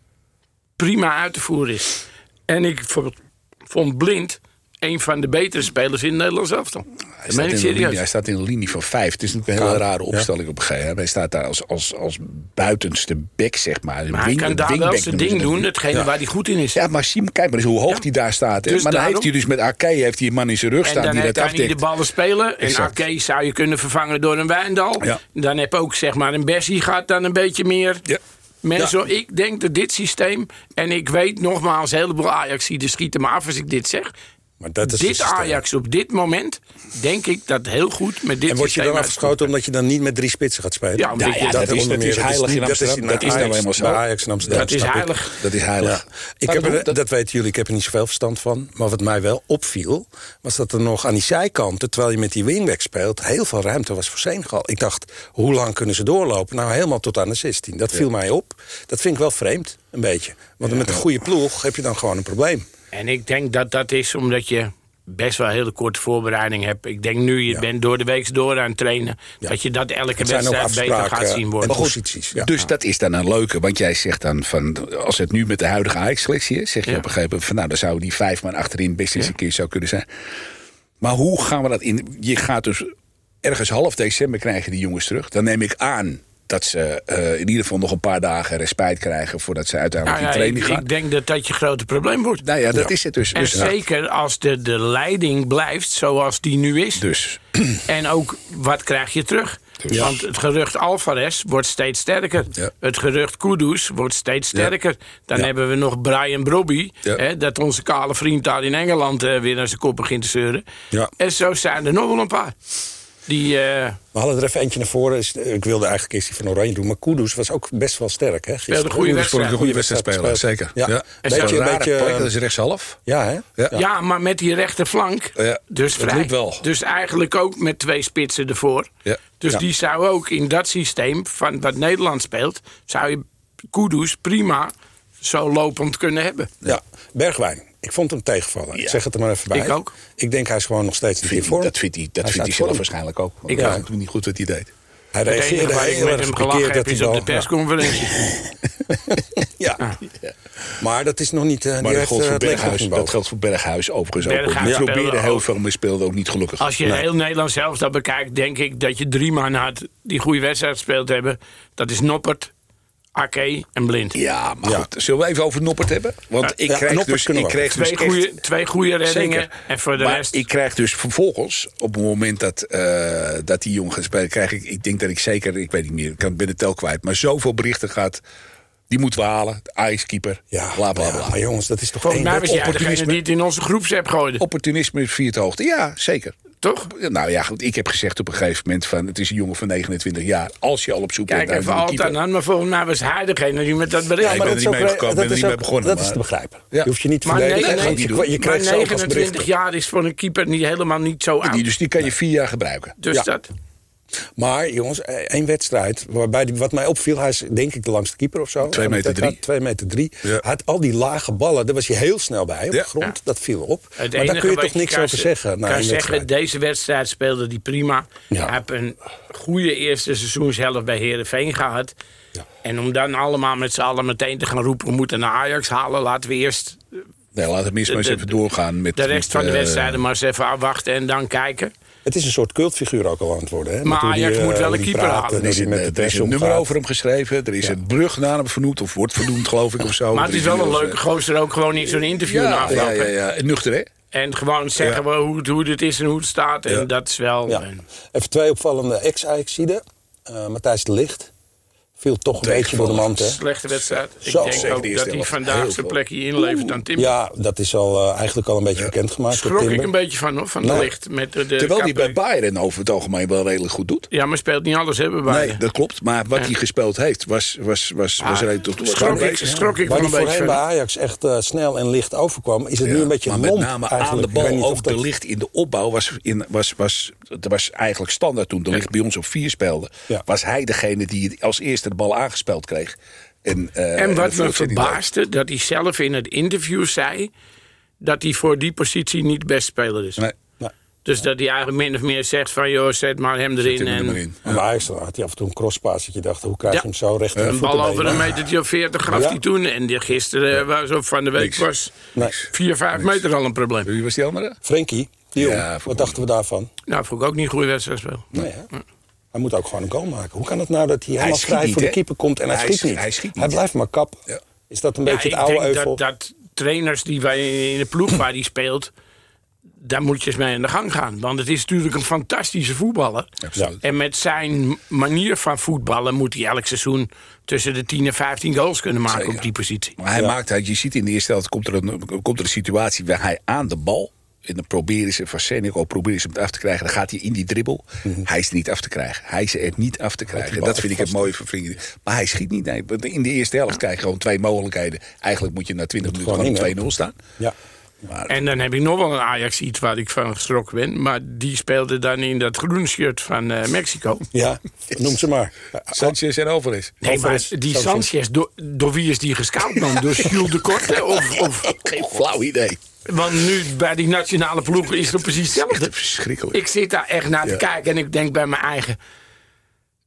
[SPEAKER 3] prima uit te voeren is. En ik vo- vond Blind een van de betere spelers in het Nederlands elftal.
[SPEAKER 2] Hij
[SPEAKER 3] Dat
[SPEAKER 2] staat, in
[SPEAKER 3] meen ik
[SPEAKER 2] een linie,
[SPEAKER 3] serieus.
[SPEAKER 2] hij staat in een linie van vijf. Het is natuurlijk een hele rare opstelling op een gegeven moment. Hij staat daar als, als, als buitenste bek, zeg maar. Een
[SPEAKER 3] Maar hij
[SPEAKER 2] wing-
[SPEAKER 3] kan
[SPEAKER 2] een
[SPEAKER 3] daar wel
[SPEAKER 2] wingback
[SPEAKER 3] zijn
[SPEAKER 2] noemen ze
[SPEAKER 3] ding
[SPEAKER 2] dat.
[SPEAKER 3] doen, hetgene waar hij goed in is.
[SPEAKER 2] Ja, maar zie, kijk maar eens hoe hoog hij daar staat. hè. maar
[SPEAKER 3] Dus
[SPEAKER 2] dan
[SPEAKER 3] daarom-
[SPEAKER 2] heeft hij dus met Arkei heeft hij een man in zijn rug
[SPEAKER 3] En
[SPEAKER 2] staan
[SPEAKER 3] dan
[SPEAKER 2] die
[SPEAKER 3] heb-
[SPEAKER 2] dat
[SPEAKER 3] kan hij de
[SPEAKER 2] afdekt.
[SPEAKER 3] ballen spelen. En
[SPEAKER 2] Exact.
[SPEAKER 3] oké, zou je kunnen vervangen door een Wijndal.
[SPEAKER 2] Ja.
[SPEAKER 3] Dan heb ook zeg maar een Bessie gaat dan een beetje meer.
[SPEAKER 2] Ja.
[SPEAKER 3] Mensen, ik denk dat dit systeem, en ik weet nogmaals, een heleboel ajax schieten me af als ik dit zeg.
[SPEAKER 1] Maar dat is het
[SPEAKER 3] dit
[SPEAKER 1] systeem.
[SPEAKER 3] Ajax op dit moment, denk ik dat heel goed met dit
[SPEAKER 1] En word je
[SPEAKER 3] systeem
[SPEAKER 1] dan
[SPEAKER 3] uitgevoerd.
[SPEAKER 1] afgeschoten omdat je dan niet met drie spitsen gaat spelen?
[SPEAKER 3] Ja, omdat
[SPEAKER 2] Ja,
[SPEAKER 3] je
[SPEAKER 2] ja, dat,
[SPEAKER 1] onder
[SPEAKER 2] is, dat
[SPEAKER 1] meer,
[SPEAKER 2] is heilig
[SPEAKER 1] niet-
[SPEAKER 2] in Amsterdam. Dat is nou
[SPEAKER 1] Ajax-
[SPEAKER 2] helemaal zo.
[SPEAKER 1] Bij Ajax in Amsterdam.
[SPEAKER 3] Dat is
[SPEAKER 1] snap ik.
[SPEAKER 3] heilig.
[SPEAKER 2] Dat is
[SPEAKER 1] Ja.
[SPEAKER 2] heilig.
[SPEAKER 1] Ik
[SPEAKER 2] Maar
[SPEAKER 1] heb
[SPEAKER 2] bedoel,
[SPEAKER 1] er, dat weten jullie, ik heb er niet zoveel verstand van. Maar wat mij wel opviel, was dat er nog aan die zijkanten... terwijl je met die wingback speelt, heel veel ruimte was voor Senegal. Ik dacht, hoe lang kunnen ze doorlopen? Nou, helemaal tot aan de 16. Dat viel mij op. Dat vind ik wel vreemd, een beetje. Want met een goede ploeg heb je dan gewoon een probleem.
[SPEAKER 3] En ik denk dat dat is omdat je best wel een hele korte voorbereiding hebt. Ik denk nu je bent door de week door aan het trainen, dat je dat elke
[SPEAKER 1] Het zijn ook
[SPEAKER 3] wedstrijd beter gaat
[SPEAKER 1] afspraken
[SPEAKER 3] zien
[SPEAKER 1] en
[SPEAKER 3] worden.
[SPEAKER 1] posities. Ja.
[SPEAKER 2] Dus dat is dan een leuke, want jij zegt dan van als het nu met de huidige Ajax-selectie is, zeg je
[SPEAKER 3] Ja.
[SPEAKER 2] op een gegeven moment van nou dan zouden die vijf man achterin best eens een keer zou kunnen zijn. Maar hoe gaan we dat in? Je gaat dus ergens half december krijgen die jongens terug. Dan neem ik aan dat ze eh, in ieder geval nog een paar dagen respijt krijgen voordat ze uiteindelijk
[SPEAKER 3] Nou
[SPEAKER 2] in
[SPEAKER 3] ja,
[SPEAKER 2] training
[SPEAKER 3] ik,
[SPEAKER 2] gaan.
[SPEAKER 3] ik denk dat dat je grote probleem wordt.
[SPEAKER 2] nou ja, dat is het dus.
[SPEAKER 3] En
[SPEAKER 2] Dus,
[SPEAKER 3] zeker als de, de leiding blijft zoals die nu is.
[SPEAKER 2] dus
[SPEAKER 3] En ook, wat krijg je terug?
[SPEAKER 2] Dus-
[SPEAKER 3] Want het gerucht Alvarez wordt steeds sterker.
[SPEAKER 2] Ja.
[SPEAKER 3] Het gerucht Kudus wordt steeds sterker. Dan
[SPEAKER 2] Ja.
[SPEAKER 3] hebben we nog Brian Brobby.
[SPEAKER 2] Ja.
[SPEAKER 3] Hè, dat onze kale vriend daar in Engeland eh, weer naar zijn kop begint te zeuren.
[SPEAKER 1] Ja.
[SPEAKER 3] En zo zijn er nog wel een paar. Die, eh,
[SPEAKER 1] We hadden er even eentje naar voren. Dus, eh, Ik wilde eigenlijk eerst die van Oranje doen. Maar Kudus was ook best wel sterk. Hè, gisteren.
[SPEAKER 3] Speelde goede
[SPEAKER 2] Kudus vond ik een goede wedstrijd spelen,
[SPEAKER 1] gespeeld.
[SPEAKER 2] zeker.
[SPEAKER 1] Ja.
[SPEAKER 2] Een
[SPEAKER 1] Een
[SPEAKER 3] Beetje-
[SPEAKER 2] beetje,
[SPEAKER 1] beetje,
[SPEAKER 2] plek,
[SPEAKER 1] eh,
[SPEAKER 2] dat is rechtshalf.
[SPEAKER 1] Ja, hè?
[SPEAKER 2] Ja.
[SPEAKER 3] ja. maar met die rechterflank.
[SPEAKER 2] Ja,
[SPEAKER 3] dus
[SPEAKER 2] dat
[SPEAKER 3] vrij.
[SPEAKER 2] liep wel.
[SPEAKER 3] Dus eigenlijk ook met twee spitsen ervoor.
[SPEAKER 2] Ja.
[SPEAKER 3] Dus
[SPEAKER 1] Ja.
[SPEAKER 3] die zou ook in dat systeem van wat Nederland speelt... zou je Kudus prima zo lopend kunnen hebben.
[SPEAKER 1] Ja. Bergwijn. Ik vond hem tegenvallen. Ik zeg het er maar even bij.
[SPEAKER 3] Ik ook.
[SPEAKER 1] Ik denk hij is gewoon nog steeds niet in
[SPEAKER 2] Vind-
[SPEAKER 1] vorm.
[SPEAKER 2] Dat vindt hij, dat
[SPEAKER 1] is
[SPEAKER 2] vindt hij
[SPEAKER 1] uit
[SPEAKER 2] zelf
[SPEAKER 1] vorm.
[SPEAKER 2] waarschijnlijk ook. Want ik
[SPEAKER 3] Ik ook.
[SPEAKER 2] was natuurlijk niet goed wat hij deed.
[SPEAKER 1] Hij
[SPEAKER 3] Het enige
[SPEAKER 1] reageerde
[SPEAKER 3] waar ik
[SPEAKER 1] heel
[SPEAKER 3] met
[SPEAKER 1] erg
[SPEAKER 3] hem gelachen
[SPEAKER 1] gekeerd
[SPEAKER 3] heb
[SPEAKER 1] dat
[SPEAKER 3] is
[SPEAKER 1] hij
[SPEAKER 3] op de
[SPEAKER 1] wel... Ja.
[SPEAKER 3] persconferentie.
[SPEAKER 1] Ja. Maar dat is nog niet... eh,
[SPEAKER 2] Maar
[SPEAKER 1] die
[SPEAKER 2] dat
[SPEAKER 1] heeft,
[SPEAKER 2] geldt,
[SPEAKER 1] eh,
[SPEAKER 2] voor
[SPEAKER 1] het leek nog
[SPEAKER 2] Berghuis,
[SPEAKER 1] niet boven.
[SPEAKER 2] dat geldt voor Berghuis overigens ook.
[SPEAKER 3] Berghuis
[SPEAKER 2] Die
[SPEAKER 3] speelde
[SPEAKER 2] probeerde heel
[SPEAKER 3] ook.
[SPEAKER 2] veel, maar speelde ook niet gelukkig.
[SPEAKER 3] Als je
[SPEAKER 2] Nee.
[SPEAKER 3] heel Nederland zelf dat bekijkt, denk ik dat je drie man had die goede wedstrijd gespeeld hebben. Dat is Noppert, Ake en Blind.
[SPEAKER 2] Ja, maar
[SPEAKER 1] Ja.
[SPEAKER 2] goed. Zullen we even over Noppert hebben? Want ik
[SPEAKER 1] ja,
[SPEAKER 2] kreeg
[SPEAKER 1] Noppert
[SPEAKER 2] dus...
[SPEAKER 1] kunnen
[SPEAKER 2] Ik
[SPEAKER 1] we wel.
[SPEAKER 2] kreeg dus
[SPEAKER 3] twee,
[SPEAKER 2] echt-
[SPEAKER 3] goede, twee goede reddingen
[SPEAKER 2] Zeker.
[SPEAKER 3] en voor de
[SPEAKER 2] maar
[SPEAKER 3] rest...
[SPEAKER 2] ik krijg dus vervolgens, op het moment dat, eh, dat die jongen gaat spelen... krijg ik, ik denk dat ik zeker, ik weet niet meer, ik kan- ben de tel kwijt... maar zoveel berichten gaat, die moeten we halen. De Ajax-keeper,
[SPEAKER 1] Ja,
[SPEAKER 2] bla bla
[SPEAKER 1] ja,
[SPEAKER 2] bla.
[SPEAKER 1] Maar jongens, dat is toch
[SPEAKER 3] Volgens
[SPEAKER 1] één
[SPEAKER 3] mij was jij degene
[SPEAKER 2] opportunisme.
[SPEAKER 3] die het in onze groepsapp gooide,
[SPEAKER 2] Opportunisme viert de hoogte, ja, zeker.
[SPEAKER 3] toch?
[SPEAKER 2] Nou ja, goed, ik heb gezegd op een gegeven moment van... het is een jongen van 29 jaar, als je al op zoek
[SPEAKER 3] Kijk
[SPEAKER 2] bent
[SPEAKER 3] even
[SPEAKER 2] naar een
[SPEAKER 3] altijd
[SPEAKER 2] keeper...
[SPEAKER 3] aan, maar volgens mij was hij degene die met dat bericht...
[SPEAKER 2] Ja, maar- ben er niet
[SPEAKER 1] ook
[SPEAKER 2] mee
[SPEAKER 1] re-
[SPEAKER 2] gekomen, ben er
[SPEAKER 1] is
[SPEAKER 2] niet mee
[SPEAKER 1] ook-
[SPEAKER 2] begonnen,
[SPEAKER 1] Dat
[SPEAKER 2] maar-
[SPEAKER 1] is te begrijpen.
[SPEAKER 2] Ja.
[SPEAKER 1] Je hoeft je niet te
[SPEAKER 3] Maar
[SPEAKER 1] verdedigen.
[SPEAKER 3] nee, nee,
[SPEAKER 1] je,
[SPEAKER 2] nee,
[SPEAKER 1] je, je
[SPEAKER 3] maar
[SPEAKER 1] krijgt zelf als
[SPEAKER 3] 29
[SPEAKER 1] bericht.
[SPEAKER 3] jaar is voor een keeper niet, helemaal niet zo oud.
[SPEAKER 2] Die, dus die kan je vier jaar gebruiken.
[SPEAKER 3] Nou, dus
[SPEAKER 1] ja.
[SPEAKER 3] dat...
[SPEAKER 1] Maar jongens, eh, één wedstrijd. Waarbij die, wat mij opviel, hij is denk ik de langste keeper of zo.
[SPEAKER 2] Twee meter drie.
[SPEAKER 1] 2 meter 3.
[SPEAKER 2] Ja.
[SPEAKER 1] Had al die lage ballen, daar was hij heel snel bij op
[SPEAKER 2] Ja.
[SPEAKER 1] de grond.
[SPEAKER 3] Ja.
[SPEAKER 1] Dat viel op.
[SPEAKER 3] Het
[SPEAKER 1] maar daar
[SPEAKER 3] enige
[SPEAKER 1] kun je
[SPEAKER 3] wat
[SPEAKER 1] toch niks
[SPEAKER 3] kan
[SPEAKER 1] over
[SPEAKER 3] ze-
[SPEAKER 1] zeggen. na
[SPEAKER 3] kan
[SPEAKER 1] een
[SPEAKER 3] zeggen,
[SPEAKER 1] wedstrijd.
[SPEAKER 3] deze wedstrijd speelde hij prima.
[SPEAKER 1] Ja.
[SPEAKER 3] Hij heeft een goede eerste seizoenshelft bij Herenveen gehad.
[SPEAKER 1] Ja.
[SPEAKER 3] En om dan allemaal met z'n allen meteen te gaan roepen... we moeten naar Ajax halen, laten we eerst
[SPEAKER 2] Nee, laat het mis maar eens
[SPEAKER 3] De-
[SPEAKER 2] even doorgaan met...
[SPEAKER 3] de rest
[SPEAKER 2] met,
[SPEAKER 3] van de
[SPEAKER 2] eh,
[SPEAKER 3] wedstrijden maar eens even afwachten en dan kijken.
[SPEAKER 1] Het is een soort cultfiguur ook al aan het worden. Hè?
[SPEAKER 3] Maar
[SPEAKER 1] Met hoe die,
[SPEAKER 3] Ajax
[SPEAKER 1] eh,
[SPEAKER 3] moet wel
[SPEAKER 1] hoe
[SPEAKER 3] een
[SPEAKER 1] die
[SPEAKER 3] keeper
[SPEAKER 1] praat en
[SPEAKER 3] halen.
[SPEAKER 1] hoe
[SPEAKER 2] Er is
[SPEAKER 1] die
[SPEAKER 2] een,
[SPEAKER 1] met de
[SPEAKER 2] er
[SPEAKER 1] pers
[SPEAKER 2] is een
[SPEAKER 1] omgaat.
[SPEAKER 2] nummer over hem geschreven. Er is een brug naar hem vernoemd. Of wordt vernoemd, geloof ik, of zo.
[SPEAKER 3] Maar het is wel een leuke
[SPEAKER 1] eh,
[SPEAKER 2] leuk
[SPEAKER 3] gozer ook gewoon in zo'n interview na
[SPEAKER 2] eh, Ja, ja,
[SPEAKER 3] afloop,
[SPEAKER 2] ja,
[SPEAKER 3] hè.
[SPEAKER 2] ja. Nuchter, hè?
[SPEAKER 3] En gewoon zeggen we hoe, het- hoe dit is en hoe het staat. En
[SPEAKER 2] Ja.
[SPEAKER 3] dat is wel...
[SPEAKER 1] Ja.
[SPEAKER 3] en-
[SPEAKER 1] Even twee opvallende ex-Ajaxiden. Eh, Matthijs de Licht. Viel toch een beetje door de mand. Hè?
[SPEAKER 3] Slechte wedstrijd. Ik
[SPEAKER 1] Zo.
[SPEAKER 3] denk
[SPEAKER 1] Zeker
[SPEAKER 2] de
[SPEAKER 3] ook
[SPEAKER 2] eerste
[SPEAKER 3] dat hij
[SPEAKER 2] helft.
[SPEAKER 3] vandaag
[SPEAKER 2] Heel
[SPEAKER 3] zijn
[SPEAKER 2] veel.
[SPEAKER 3] plekje inlevert aan Timber.
[SPEAKER 1] Ja, dat is al, eh, eigenlijk al een beetje bekendgemaakt. door
[SPEAKER 3] Schrok ik
[SPEAKER 1] Timber.
[SPEAKER 3] een beetje van, hoor, van de
[SPEAKER 1] Nou,
[SPEAKER 3] licht. Met de, de
[SPEAKER 2] Terwijl hij bij
[SPEAKER 3] kapper.
[SPEAKER 2] Bayern over het algemeen wel redelijk goed doet.
[SPEAKER 3] Ja, maar speelt niet alles, hebben bij
[SPEAKER 2] Nee, Dus dat klopt. Maar wat hij gespeeld heeft, was, was, was, was redelijk tot was
[SPEAKER 3] Ah, schrok
[SPEAKER 2] goed
[SPEAKER 3] ik,
[SPEAKER 2] bezig.
[SPEAKER 3] schrok ik
[SPEAKER 1] Waar
[SPEAKER 3] wel
[SPEAKER 1] die
[SPEAKER 3] een beetje
[SPEAKER 1] voorheen bij
[SPEAKER 3] van.
[SPEAKER 1] Ajax echt eh, snel en licht overkwam, is het nu
[SPEAKER 2] Ja,
[SPEAKER 1] een beetje
[SPEAKER 2] maar
[SPEAKER 1] lomp
[SPEAKER 2] met name aan
[SPEAKER 1] eigenlijk.
[SPEAKER 2] de
[SPEAKER 1] Ik weet niet
[SPEAKER 2] bal,
[SPEAKER 1] of
[SPEAKER 2] ook
[SPEAKER 1] dat-
[SPEAKER 2] de licht in de opbouw was, in, was, was, dat was eigenlijk standaard toen de licht bij ons op vier speelde.
[SPEAKER 1] Ja.
[SPEAKER 2] Was hij degene die als eerste de bal aangespeeld kreeg. En, eh,
[SPEAKER 3] En
[SPEAKER 2] dat
[SPEAKER 3] wat me
[SPEAKER 2] voorzet hij dan.
[SPEAKER 3] verbaasde, dat hij zelf in het interview zei... dat hij voor die positie niet best speler is.
[SPEAKER 2] Nee,
[SPEAKER 3] Dus dat hij eigenlijk min of meer zegt van... joh, zet maar hem
[SPEAKER 2] zit
[SPEAKER 3] erin
[SPEAKER 2] hem er
[SPEAKER 3] en
[SPEAKER 2] maar in.
[SPEAKER 1] Maar bij Ajax had hij af en toe een crosspaas dat je dacht, hoe krijg je
[SPEAKER 3] Ja.
[SPEAKER 1] hem zo recht in de
[SPEAKER 3] Een
[SPEAKER 1] voeten
[SPEAKER 3] bal over
[SPEAKER 1] mee?
[SPEAKER 3] een meter of 40 gaf
[SPEAKER 1] Ja.
[SPEAKER 3] hij toen. En die gisteren eh, was op van de week
[SPEAKER 2] Niks.
[SPEAKER 3] was
[SPEAKER 1] Nee.
[SPEAKER 3] 4, 5 meter al een probleem.
[SPEAKER 2] Wie was die andere?
[SPEAKER 1] Frenkie, die
[SPEAKER 2] Ja,
[SPEAKER 1] jong,
[SPEAKER 2] vond ik
[SPEAKER 1] wat dachten we daarvan?
[SPEAKER 3] Nou, vond ik ook niet een goede wedstrijd speel.
[SPEAKER 1] Nee, hè?
[SPEAKER 3] Mm.
[SPEAKER 1] hij moet ook gewoon een goal maken. Hoe kan het nou dat hij helemaal
[SPEAKER 2] schiet
[SPEAKER 1] vrij
[SPEAKER 2] niet,
[SPEAKER 1] voor de
[SPEAKER 2] hè?
[SPEAKER 1] keeper komt en hij,
[SPEAKER 2] Hij
[SPEAKER 1] schiet,
[SPEAKER 2] schiet-
[SPEAKER 1] niet.
[SPEAKER 2] hij schiet niet.
[SPEAKER 1] blijft maar kap.
[SPEAKER 2] Ja.
[SPEAKER 1] Is dat een
[SPEAKER 3] Ja,
[SPEAKER 1] beetje
[SPEAKER 3] ik
[SPEAKER 1] het oude
[SPEAKER 3] denk
[SPEAKER 1] euvel?
[SPEAKER 3] dat, dat trainers die wij in de ploeg waar die speelt... daar moet je eens mee aan de gang gaan. Want het is natuurlijk een fantastische voetballer.
[SPEAKER 2] Absoluut.
[SPEAKER 3] En met zijn manier van voetballen moet hij elk seizoen... tussen de 10 en 15 goals kunnen maken
[SPEAKER 2] Zeker.
[SPEAKER 3] op die positie.
[SPEAKER 2] Maar hij maakt, hij- je ziet in de eerste helft komt er, een, komt er een situatie waar hij aan de bal. En dan proberen ze van Senegal proberen ze hem af te krijgen. Dan gaat hij in die dribbel.
[SPEAKER 3] Mhm.
[SPEAKER 2] Hij is er niet af te krijgen. Hij is er niet af te krijgen. En dat vind ik het mooie van Frenkie. de- Maar hij schiet niet. Nee. Want in de eerste helft krijg je gewoon twee mogelijkheden. Eigenlijk moet je na 20 minuten
[SPEAKER 1] gewoon
[SPEAKER 2] gewoon
[SPEAKER 1] in, hè?
[SPEAKER 2] op 2-0 staan.
[SPEAKER 1] Ja.
[SPEAKER 2] Maar
[SPEAKER 3] En dan heb ik nog wel een Ajax iets waar ik van geschrokken ben. Maar die speelde dan in dat groene shirt van eh, Mexico.
[SPEAKER 1] ja, noem ze maar.
[SPEAKER 2] Sanchez en Alvarez.
[SPEAKER 3] Nee, maar
[SPEAKER 1] Alvarez,
[SPEAKER 3] die
[SPEAKER 1] Sanchez.
[SPEAKER 3] Sanchez, door, door wie is die gescout dan? Door Jules de Korte? Of, of,
[SPEAKER 2] Geen flauw idee.
[SPEAKER 3] want nu bij die nationale ploeg is het precies hetzelfde.
[SPEAKER 2] Verschrikkelijk.
[SPEAKER 3] Ik zit daar echt naar te
[SPEAKER 2] Ja.
[SPEAKER 3] kijken en ik denk bij mijn eigen...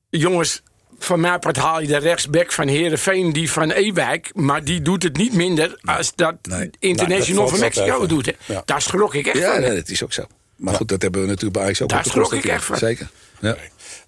[SPEAKER 3] Jongens, van mij part haal je de rechtsback van Herenveen die van Ewijk... maar die doet het niet minder als dat
[SPEAKER 2] Nee. Nou,
[SPEAKER 1] Nee, dat
[SPEAKER 3] International
[SPEAKER 1] valt
[SPEAKER 3] van
[SPEAKER 1] wel
[SPEAKER 3] Mexico
[SPEAKER 1] tegen.
[SPEAKER 3] doet. Hè.
[SPEAKER 1] Ja.
[SPEAKER 3] Daar schrok ik echt
[SPEAKER 2] ja,
[SPEAKER 3] van.
[SPEAKER 2] nee, dat is ook zo. Maar goed, dat hebben we natuurlijk bij Ajax ook.
[SPEAKER 3] Daar
[SPEAKER 2] op de koers
[SPEAKER 3] schrok ik
[SPEAKER 2] staan.
[SPEAKER 3] echt van.
[SPEAKER 2] Zeker. Ja.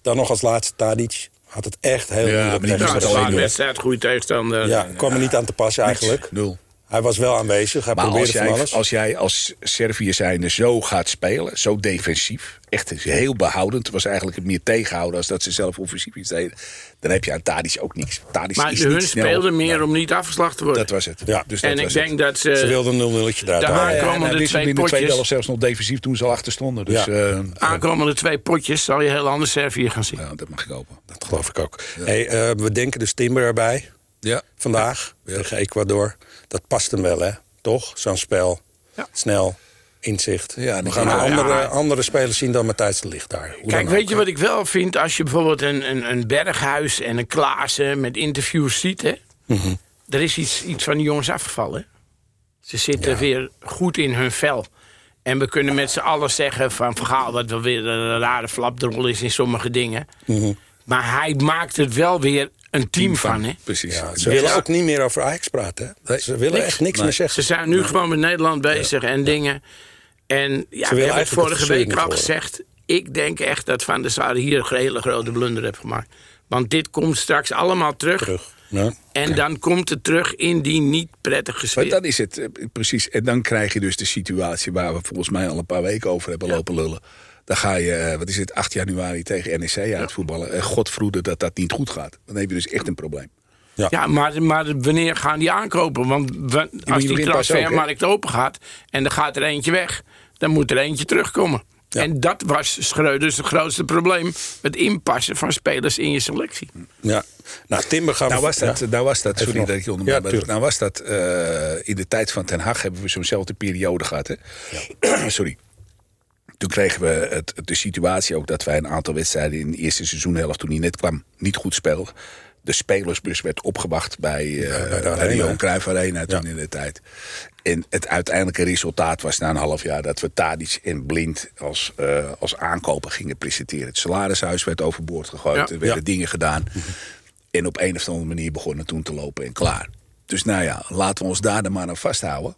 [SPEAKER 1] Dan nog als laatste Tadic. Had het echt heel
[SPEAKER 2] Ja,
[SPEAKER 1] moeilijk
[SPEAKER 2] maar die
[SPEAKER 1] tegen
[SPEAKER 2] was
[SPEAKER 1] de
[SPEAKER 3] Ja,
[SPEAKER 2] het
[SPEAKER 3] dat
[SPEAKER 1] Brazilië.
[SPEAKER 2] al in,
[SPEAKER 3] een
[SPEAKER 2] hè?
[SPEAKER 3] wedstrijd, goede tegenstander.
[SPEAKER 1] Ja, kwam er niet aan te passen eigenlijk.
[SPEAKER 2] Nul.
[SPEAKER 1] Hij was wel aanwezig. Hij
[SPEAKER 2] Maar als
[SPEAKER 1] probeerde van
[SPEAKER 2] jij,
[SPEAKER 1] alles.
[SPEAKER 2] als jij als Servië zijnde zo gaat spelen, zo defensief, echt heel behoudend, was eigenlijk het meer tegenhouden als dat ze zelf offensief iets deden, dan heb je aan Tadic ook niks. Tadic
[SPEAKER 3] Maar
[SPEAKER 2] is
[SPEAKER 3] hun
[SPEAKER 2] niet snel.
[SPEAKER 3] speelden meer
[SPEAKER 2] Nee,
[SPEAKER 3] om niet afgeslacht te worden.
[SPEAKER 2] Dat was het.
[SPEAKER 1] Ja.
[SPEAKER 2] Dus dat
[SPEAKER 3] en ik
[SPEAKER 2] was
[SPEAKER 3] denk
[SPEAKER 2] het.
[SPEAKER 3] dat ze...
[SPEAKER 1] Ze wilden een 0-0 eruit
[SPEAKER 3] Daar
[SPEAKER 1] halen.
[SPEAKER 2] Ja,
[SPEAKER 3] komen
[SPEAKER 2] en
[SPEAKER 3] de
[SPEAKER 2] dit
[SPEAKER 3] twee
[SPEAKER 2] in de tweede
[SPEAKER 3] potjes.
[SPEAKER 2] helft zelfs nog defensief toen ze al achter stonden. Dus
[SPEAKER 1] Ja.
[SPEAKER 2] ja.
[SPEAKER 3] Aankomende twee potjes zal je heel anders Servië gaan zien.
[SPEAKER 2] ja, dat mag ik hopen.
[SPEAKER 1] Dat geloof ik ook. Hey, eh, we denken dus Timber erbij
[SPEAKER 2] Ja.
[SPEAKER 1] vandaag tegen Ecuador. Dat past hem wel, hè? Toch? Zo'n spel.
[SPEAKER 3] Ja.
[SPEAKER 1] Snel. Inzicht.
[SPEAKER 2] Ja,
[SPEAKER 1] we
[SPEAKER 2] denk
[SPEAKER 1] gaan
[SPEAKER 2] ik
[SPEAKER 3] ook.
[SPEAKER 1] andere,
[SPEAKER 3] Ja.
[SPEAKER 1] andere spelers zien dan Matthijs de Ligt daar. Hoe
[SPEAKER 3] Kijk,
[SPEAKER 1] dan ook.
[SPEAKER 3] weet je wat ik wel vind? Als je bijvoorbeeld een, een, een Berghuis en een Klaassen met interviews ziet... Hè, er is iets, iets van die jongens afgevallen. hè? Ze zitten weer goed in hun vel. En we kunnen met z'n allen zeggen van verhaal wat wel weer een rare flapdrol is in sommige dingen. Maar hij maakt het wel weer een Mhm. team van. Hè?
[SPEAKER 2] Precies.
[SPEAKER 1] Ja, ze willen ook niet meer over Ajax praten. Hè? Ze willen echt niks meer zeggen.
[SPEAKER 3] Ze zijn nu gewoon met Nederland bezig en dingen. En ja, we hebben het
[SPEAKER 1] eigenlijk het
[SPEAKER 3] vorige
[SPEAKER 1] gezeur
[SPEAKER 3] week
[SPEAKER 1] niet
[SPEAKER 3] al
[SPEAKER 1] horen.
[SPEAKER 3] gezegd. Ik denk echt dat Van der Sar hier een hele grote blunder heeft gemaakt. Want dit komt straks allemaal terug.
[SPEAKER 1] terug. Ja.
[SPEAKER 3] En dan komt het terug in die niet prettige
[SPEAKER 2] Maar
[SPEAKER 3] sfeer.
[SPEAKER 2] dan is het eh, precies. En dan krijg je dus de situatie waar we volgens mij al een paar weken over hebben lopen lullen. Dan ga je, eh, wat is het, 8 januari tegen E NEC uit voetballen. Eh, Godvroede dat dat niet goed gaat. Dan heb je dus echt een probleem.
[SPEAKER 3] Ja, maar, maar wanneer gaan die aankopen? Want wa- als die
[SPEAKER 2] wint pas ook, hè?
[SPEAKER 3] transfermarkt open gaat en er gaat er eentje weg, dan moet er eentje terugkomen. En dat was Schreuders het grootste probleem: het inpassen van spelers in je selectie.
[SPEAKER 1] Ja. Nou, Timber gaan we-
[SPEAKER 2] Nou was dat,
[SPEAKER 1] ja.
[SPEAKER 2] nou was dat sorry
[SPEAKER 1] nog.
[SPEAKER 2] dat ik je onderbreek,
[SPEAKER 1] Ja,
[SPEAKER 2] maar
[SPEAKER 1] tuurlijk.
[SPEAKER 2] nou was dat eh, in de tijd van Ten Hag hebben we zo'nzelfde periode gehad. Hè? sorry. Toen kregen we het, de situatie ook dat wij een aantal wedstrijden in de eerste seizoenhelft, toen hij net kwam, niet goed speelden. De spelersbus werd opgewacht bij, eh,
[SPEAKER 1] bij de
[SPEAKER 2] bij de
[SPEAKER 1] Arena.
[SPEAKER 2] Johan Cruijff Arena toen in de tijd. En het uiteindelijke resultaat was na een half jaar dat we Tadic en Blind als, eh als aankopen gingen presenteren. Het salarishuis werd overboord gegooid,
[SPEAKER 3] Ja.
[SPEAKER 2] er werden
[SPEAKER 1] Ja. Mhm.
[SPEAKER 2] dingen gedaan. En op een of andere manier begonnen toen te lopen en klaar. Dus nou ja, laten we ons daar dan maar aan vasthouden.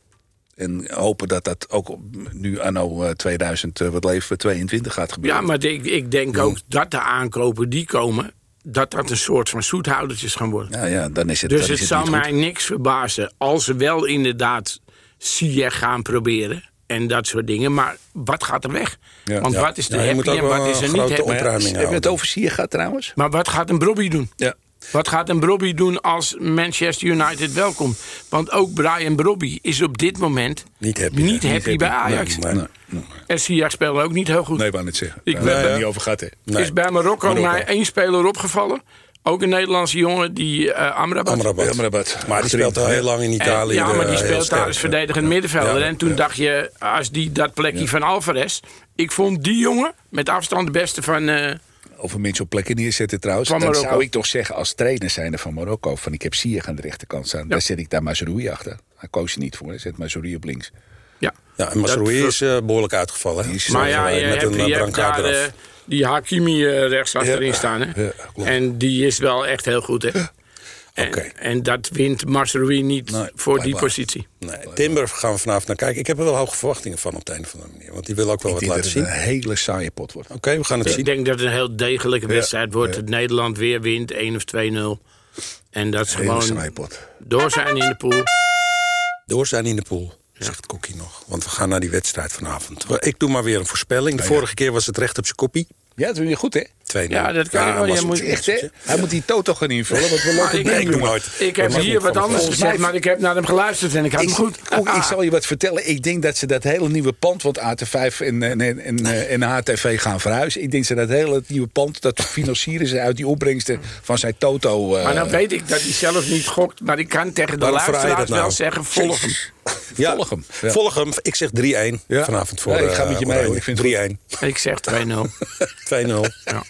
[SPEAKER 2] En hopen dat dat ook op- nu anno eh, 2000, eh, wat leven we, 22 gaat gebeuren.
[SPEAKER 3] Ja, maar ik, ik denk ook dat de aankopen die komen, dat dat een soort van zoethoudertjes gaan worden.
[SPEAKER 2] Nou ja, dan is het,
[SPEAKER 3] Dus
[SPEAKER 2] dan
[SPEAKER 3] het
[SPEAKER 2] is het
[SPEAKER 3] zou
[SPEAKER 2] niet goed.
[SPEAKER 3] mij niks verbazen als ze wel inderdaad Sieg gaan proberen en dat soort dingen. Maar wat gaat er weg? Want
[SPEAKER 1] Ja.
[SPEAKER 3] wat is er
[SPEAKER 1] Ja, je moet
[SPEAKER 3] happy
[SPEAKER 1] ook
[SPEAKER 3] en wat
[SPEAKER 1] wel
[SPEAKER 3] is er
[SPEAKER 1] een
[SPEAKER 3] niet
[SPEAKER 1] grote
[SPEAKER 3] happy?
[SPEAKER 1] opruiming
[SPEAKER 2] Hebben we het
[SPEAKER 1] houden.
[SPEAKER 2] over Sier gehad trouwens?
[SPEAKER 3] Maar wat gaat een Brobby doen?
[SPEAKER 2] Ja.
[SPEAKER 3] Wat gaat een Brobby doen als Manchester United welkom? Want ook Brian Brobby is op dit moment
[SPEAKER 1] Niet happy,
[SPEAKER 3] niet
[SPEAKER 1] hè?
[SPEAKER 3] happy
[SPEAKER 1] Niet
[SPEAKER 3] bij
[SPEAKER 1] happy.
[SPEAKER 3] Ajax.
[SPEAKER 1] Nee, nee.
[SPEAKER 3] En Sieg speelde ook niet heel goed.
[SPEAKER 2] Nee, ik wou net zeggen.
[SPEAKER 3] Ik
[SPEAKER 2] Daar
[SPEAKER 3] ben-
[SPEAKER 2] hebben we het
[SPEAKER 1] ja.
[SPEAKER 2] niet over gehad, hè?
[SPEAKER 1] Nee.
[SPEAKER 3] Is bij Marokko,
[SPEAKER 1] Marokko.
[SPEAKER 3] maar één speler opgevallen. Ook een Nederlandse jongen, die eh Amrabat.
[SPEAKER 1] Amrabat.
[SPEAKER 2] Amrabat.
[SPEAKER 1] Maar die speelt al heel lang in
[SPEAKER 3] En-
[SPEAKER 1] Italië.
[SPEAKER 3] ja, maar die
[SPEAKER 1] eh, heel
[SPEAKER 3] speelt daar
[SPEAKER 1] sterk.
[SPEAKER 3] als verdedigend middenvelder.
[SPEAKER 1] Ja,
[SPEAKER 3] en toen dacht je, als die dat plekje van Alvarez... Ik vond die jongen met afstand de beste van... eh,
[SPEAKER 2] Over mensen op plekken neerzetten trouwens.
[SPEAKER 3] Van
[SPEAKER 2] dan
[SPEAKER 3] Marokko.
[SPEAKER 2] zou ik toch zeggen, als trainer zijnde van Marokko... van ik heb Sier aan de rechterkant staan. Daar zet ik daar Mazroui achter. Hij koos er niet voor. Hij zet Mazroui op links.
[SPEAKER 3] ja.
[SPEAKER 1] Ja, en Masroui
[SPEAKER 3] Dat-
[SPEAKER 1] is eh, behoorlijk uitgevallen. hè?
[SPEAKER 2] Die is-
[SPEAKER 3] Maar ja, je
[SPEAKER 1] met
[SPEAKER 3] hebt,
[SPEAKER 1] een eh,
[SPEAKER 3] je hebt
[SPEAKER 1] brancard
[SPEAKER 3] daar
[SPEAKER 1] eraf.
[SPEAKER 3] eh, die Hakimi eh, rechts achterin staan. Hè?
[SPEAKER 2] Ja, klopt.
[SPEAKER 3] en die is wel echt heel goed, hè? En,
[SPEAKER 1] Oké.
[SPEAKER 3] en dat wint Marceloui niet
[SPEAKER 2] Nee,
[SPEAKER 3] voor die
[SPEAKER 2] blijkbaar.
[SPEAKER 3] positie.
[SPEAKER 1] Nee, Timber gaan we vanavond naar kijken. Ik heb er wel hoge verwachtingen van op de een of andere manier. Want die wil ook wel wat
[SPEAKER 2] Ik denk dat
[SPEAKER 1] laten
[SPEAKER 2] het
[SPEAKER 1] zien.
[SPEAKER 2] een
[SPEAKER 1] Oké,
[SPEAKER 2] hele saaie pot wordt.
[SPEAKER 3] eh,
[SPEAKER 1] we gaan het
[SPEAKER 3] Dus Ik
[SPEAKER 1] zien.
[SPEAKER 3] denk dat het een heel degelijke wedstrijd wordt. Dat Nederland weer wint, 1 of 2-0. En dat ze
[SPEAKER 2] Hele
[SPEAKER 3] gewoon
[SPEAKER 2] saaie pot.
[SPEAKER 3] door zijn in de pool.
[SPEAKER 1] Door zijn in de pool, zegt Kokkie nog. Want we gaan naar die wedstrijd vanavond. Ik doe maar weer een voorspelling. De vorige keer was het recht op zijn koppie. 2-0.
[SPEAKER 2] Ja, dat doe je goed, hè?
[SPEAKER 1] 2
[SPEAKER 3] Ja, dat kan je wel. Je moet-
[SPEAKER 2] Echt, hè? Hij moet die toto gaan invullen, want we lopen
[SPEAKER 3] ik-
[SPEAKER 2] binnen,
[SPEAKER 1] ik doe
[SPEAKER 2] jongen.
[SPEAKER 1] nooit.
[SPEAKER 3] Ik heb
[SPEAKER 1] Maar
[SPEAKER 3] hier
[SPEAKER 1] goed,
[SPEAKER 3] wat
[SPEAKER 1] van
[SPEAKER 3] anders
[SPEAKER 1] volgens
[SPEAKER 3] gezegd,
[SPEAKER 2] mij-
[SPEAKER 3] maar ik heb naar hem geluisterd en ik had hem
[SPEAKER 2] Ik,
[SPEAKER 3] goed.
[SPEAKER 2] Koek, ik zal je wat vertellen. Ik denk dat ze dat hele nieuwe pand, want AT5 en, en, en, eh, en HTV gaan verhuizen. Ik denk dat ze dat hele nieuwe pand, dat financieren ze uit die opbrengsten van zijn toto. eh,
[SPEAKER 3] Maar
[SPEAKER 1] nou,
[SPEAKER 3] dan weet ik dat hij zelf niet gokt. Maar ik kan tegen de
[SPEAKER 1] Waarom vraag je dat
[SPEAKER 3] luisteraars
[SPEAKER 1] nou?
[SPEAKER 3] wel zeggen, volg hem.
[SPEAKER 1] Ja,
[SPEAKER 2] Volg hem. Ja.
[SPEAKER 1] Volg hem. Ik zeg 3-1
[SPEAKER 2] Ja.
[SPEAKER 1] vanavond voor
[SPEAKER 2] Ja, ik ga
[SPEAKER 1] eh,
[SPEAKER 2] met je mee,
[SPEAKER 1] Oranje.
[SPEAKER 2] hoor. Ik vind het
[SPEAKER 1] 3-1.
[SPEAKER 3] Ik zeg 2-0.
[SPEAKER 1] 2-0.
[SPEAKER 3] Ja.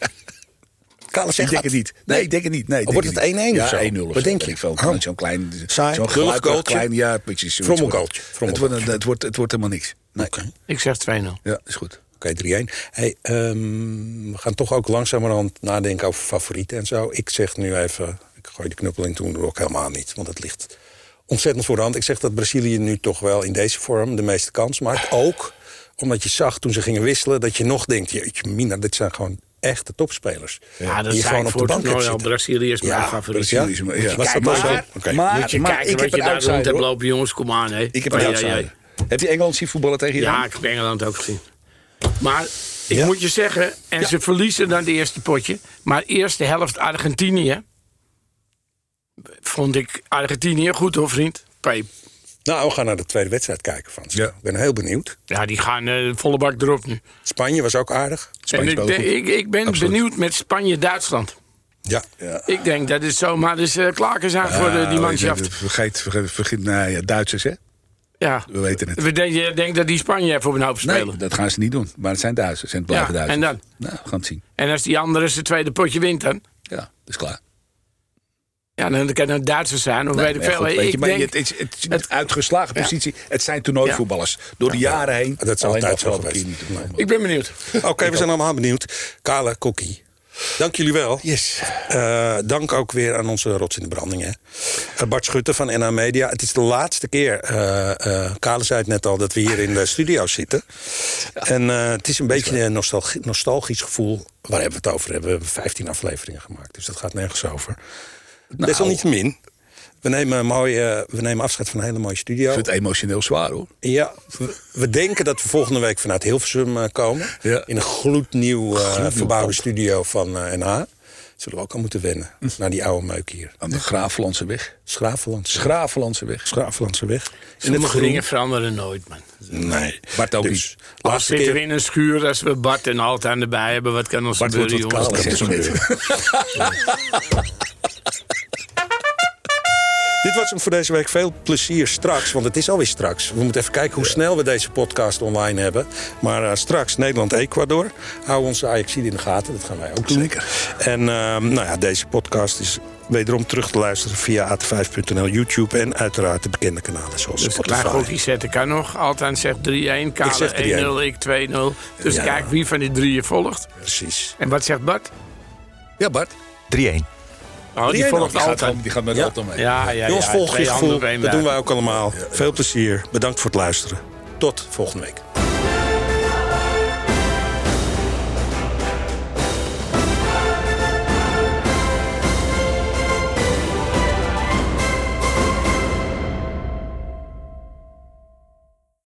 [SPEAKER 1] Kale
[SPEAKER 2] Ik
[SPEAKER 1] zegt
[SPEAKER 2] denk
[SPEAKER 1] dat.
[SPEAKER 2] het niet. Nee, ik denk het niet. Nee, ik
[SPEAKER 1] Oh,
[SPEAKER 2] denk
[SPEAKER 1] wordt
[SPEAKER 2] niet.
[SPEAKER 1] het 1-1
[SPEAKER 2] ja,
[SPEAKER 1] of zo?
[SPEAKER 2] 1-0 of
[SPEAKER 1] Wat
[SPEAKER 2] zo,
[SPEAKER 1] denk je?
[SPEAKER 2] ik veel.
[SPEAKER 1] Oh.
[SPEAKER 2] Zo'n klein,
[SPEAKER 1] Saai,
[SPEAKER 2] zo'n
[SPEAKER 1] lullig
[SPEAKER 2] gelukkig
[SPEAKER 1] goaltje.
[SPEAKER 2] klein, ja, precies. zoiets
[SPEAKER 1] Frommel
[SPEAKER 2] wordt het.
[SPEAKER 1] goaltje, frommel
[SPEAKER 2] Het wordt, een- het, wordt, het wordt helemaal niks. Nee.
[SPEAKER 1] Oké.
[SPEAKER 3] Ik zeg 2-0.
[SPEAKER 2] Ja, dus- is goed.
[SPEAKER 1] Oké, 3-1. Hey, ehm, we gaan toch ook langzamerhand nadenken over favorieten en zo. Ik zeg nu even, ik gooi de knuppel in toen ook helemaal niet. Want het ligt ontzettend voor de hand. Ik zeg dat Brazilië nu toch wel in deze vorm de meeste kans maakt. Ook omdat je zag toen ze gingen wisselen dat je nog denkt... jeetje mina, dit zijn gewoon echte topspelers.
[SPEAKER 3] Ja, dat
[SPEAKER 1] die
[SPEAKER 3] zijn
[SPEAKER 1] gewoon op de
[SPEAKER 3] voor
[SPEAKER 1] bank
[SPEAKER 3] het
[SPEAKER 1] hebt
[SPEAKER 3] toernooi al
[SPEAKER 1] zitten.
[SPEAKER 3] Brazilië is mijn
[SPEAKER 2] Ja,
[SPEAKER 3] favoriet.
[SPEAKER 2] Brazilië is mijn- ja.
[SPEAKER 1] Was dat
[SPEAKER 3] Kijk,
[SPEAKER 1] maar zo?
[SPEAKER 3] maar-
[SPEAKER 1] Oké.
[SPEAKER 2] maar-
[SPEAKER 3] Moet je
[SPEAKER 2] maar
[SPEAKER 3] kijken
[SPEAKER 2] ik
[SPEAKER 3] wat
[SPEAKER 2] heb
[SPEAKER 3] je
[SPEAKER 2] een
[SPEAKER 3] daar
[SPEAKER 2] outsider,
[SPEAKER 3] rond hebt
[SPEAKER 2] hoor.
[SPEAKER 3] lopen, jongens. Kom aan, hè.
[SPEAKER 2] Ik heb een
[SPEAKER 3] Ja, ja,
[SPEAKER 2] outsider.
[SPEAKER 3] ja.
[SPEAKER 2] Heb je Engeland zien voetballen tegen Iran?
[SPEAKER 3] Ja, ik heb Engeland ook gezien. Maar ik moet je zeggen, en ze verliezen dan de eerste potje. Maar eerste helft Argentinië. Vond ik Argentinië goed hoor, vriend. Peep.
[SPEAKER 1] Nou, we gaan naar de tweede wedstrijd kijken van ze.
[SPEAKER 2] Ja.
[SPEAKER 1] Ik ben heel benieuwd.
[SPEAKER 3] Ja, die gaan eh, volle bak erop nu.
[SPEAKER 1] Spanje was ook aardig.
[SPEAKER 3] En ik,
[SPEAKER 2] speelde
[SPEAKER 3] ben-
[SPEAKER 2] goed.
[SPEAKER 3] ik, ik ben benieuwd met Spanje-Duitsland.
[SPEAKER 1] Ja.
[SPEAKER 3] Ik denk dat het zomaar eens eh, klaar kan zijn voor de, die manschaft.
[SPEAKER 2] Vergeet, vergeet, vergeet nou ja, Duitsers, hè?
[SPEAKER 3] Ja.
[SPEAKER 2] We weten het.
[SPEAKER 3] We denken je denkt dat die Spanje even op een hoop spelen.
[SPEAKER 2] Nee, dat gaan ze niet doen. Maar het zijn Duitsers. Het zijn blijven
[SPEAKER 3] Ja,
[SPEAKER 2] Duitsers.
[SPEAKER 3] en
[SPEAKER 2] Nou, we gaan het zien.
[SPEAKER 3] En als die andere zijn tweede potje wint dan...
[SPEAKER 2] Ja, dat is klaar.
[SPEAKER 3] Ja, dan kan het Duitsers zijn, of
[SPEAKER 2] Nou,
[SPEAKER 3] weet ik
[SPEAKER 2] ja,
[SPEAKER 3] veel.
[SPEAKER 2] goed, weet je,
[SPEAKER 3] ik
[SPEAKER 2] maar
[SPEAKER 3] denk,
[SPEAKER 2] je- het, is- het, is een uitgeslagen positie. Het zijn toernooivoetballers. Door de jaren heen.
[SPEAKER 1] Dat is
[SPEAKER 2] Alleen
[SPEAKER 1] altijd
[SPEAKER 2] de
[SPEAKER 1] zo
[SPEAKER 2] afgelopen
[SPEAKER 1] geweest.
[SPEAKER 2] keer niet.
[SPEAKER 3] ik ben benieuwd.
[SPEAKER 1] Oké, we zijn allemaal benieuwd. Kale Kokkie. Dank jullie wel.
[SPEAKER 2] Yes.
[SPEAKER 1] Eh, dank ook weer aan onze rots in de branding. Hè. Eh, Bart Schutte van NH Media. Het is de laatste keer, eh, eh, Kale zei het net al, dat we hier in de studio zitten. En eh, het is een beetje een nostalgi- nostalgisch gevoel. Waar hebben we het over? We hebben 15 afleveringen gemaakt, dus dat gaat nergens over. Desalniettemin, we nemen, mooi, eh, we nemen afscheid van een hele mooie studio.
[SPEAKER 2] Ik vind het emotioneel zwaar hoor.
[SPEAKER 1] Ja, we, we denken dat we volgende week vanuit Hilversum eh, komen.
[SPEAKER 2] Ja.
[SPEAKER 1] In een gloednieuw, eh verbouwde studio van eh, NH. Zullen we ook aan moeten wennen. Naar die oude meuk hier.
[SPEAKER 2] Aan de Graaflandse weg.
[SPEAKER 1] Schravelandse,
[SPEAKER 2] Graaflandse weg.
[SPEAKER 1] Schravelandse weg. In het
[SPEAKER 3] Sommige dingen
[SPEAKER 1] groen.
[SPEAKER 3] veranderen nooit, man.
[SPEAKER 1] Nee.
[SPEAKER 2] Bart ook
[SPEAKER 1] Dus,
[SPEAKER 3] Als
[SPEAKER 1] laatste
[SPEAKER 3] zitten we
[SPEAKER 1] keer.
[SPEAKER 3] in een schuur, als we Bart en Altaan erbij hebben, wat kan ons
[SPEAKER 1] Bart wordt
[SPEAKER 3] gebeuren,
[SPEAKER 1] wat
[SPEAKER 3] jongens?
[SPEAKER 1] kaal.
[SPEAKER 2] Dat is zo net.
[SPEAKER 1] Dit was hem voor deze week. Veel plezier straks, want het is alweer straks. We moeten even kijken hoe snel we deze podcast online hebben. Maar eh, straks Nederland-Ecuador. Hou onze ajax in de gaten, dat gaan wij ook doen.
[SPEAKER 2] Zeker.
[SPEAKER 1] En ehm, nou ja, deze podcast is wederom terug te luisteren via at5.nl, YouTube... en uiteraard de bekende kanalen zoals
[SPEAKER 3] Dus een klein
[SPEAKER 1] Spotify.
[SPEAKER 3] gokje zetten kan nog. Altaan zegt 3-1,
[SPEAKER 1] zeg 3-1.
[SPEAKER 3] Kale 1-0, ik 2-0. Dus
[SPEAKER 1] Ja.
[SPEAKER 3] kijk wie van die drieën volgt.
[SPEAKER 1] Precies.
[SPEAKER 3] En wat zegt Bart?
[SPEAKER 2] Ja, Bart.
[SPEAKER 4] 3-1.
[SPEAKER 3] Oh, die
[SPEAKER 1] 3-1,
[SPEAKER 3] volgt
[SPEAKER 2] Die gaat,
[SPEAKER 3] Altaan.
[SPEAKER 2] gewoon- die gaat met
[SPEAKER 1] Ja.
[SPEAKER 2] Alton mee.
[SPEAKER 3] Ja, ja,
[SPEAKER 1] Jongens,
[SPEAKER 3] ja.
[SPEAKER 1] volg
[SPEAKER 3] twee
[SPEAKER 1] je
[SPEAKER 3] handen
[SPEAKER 1] gevoel.
[SPEAKER 3] op één
[SPEAKER 1] Dat doen
[SPEAKER 3] buik.
[SPEAKER 1] wij ook allemaal. Veel plezier. Bedankt voor het luisteren. Tot volgende week.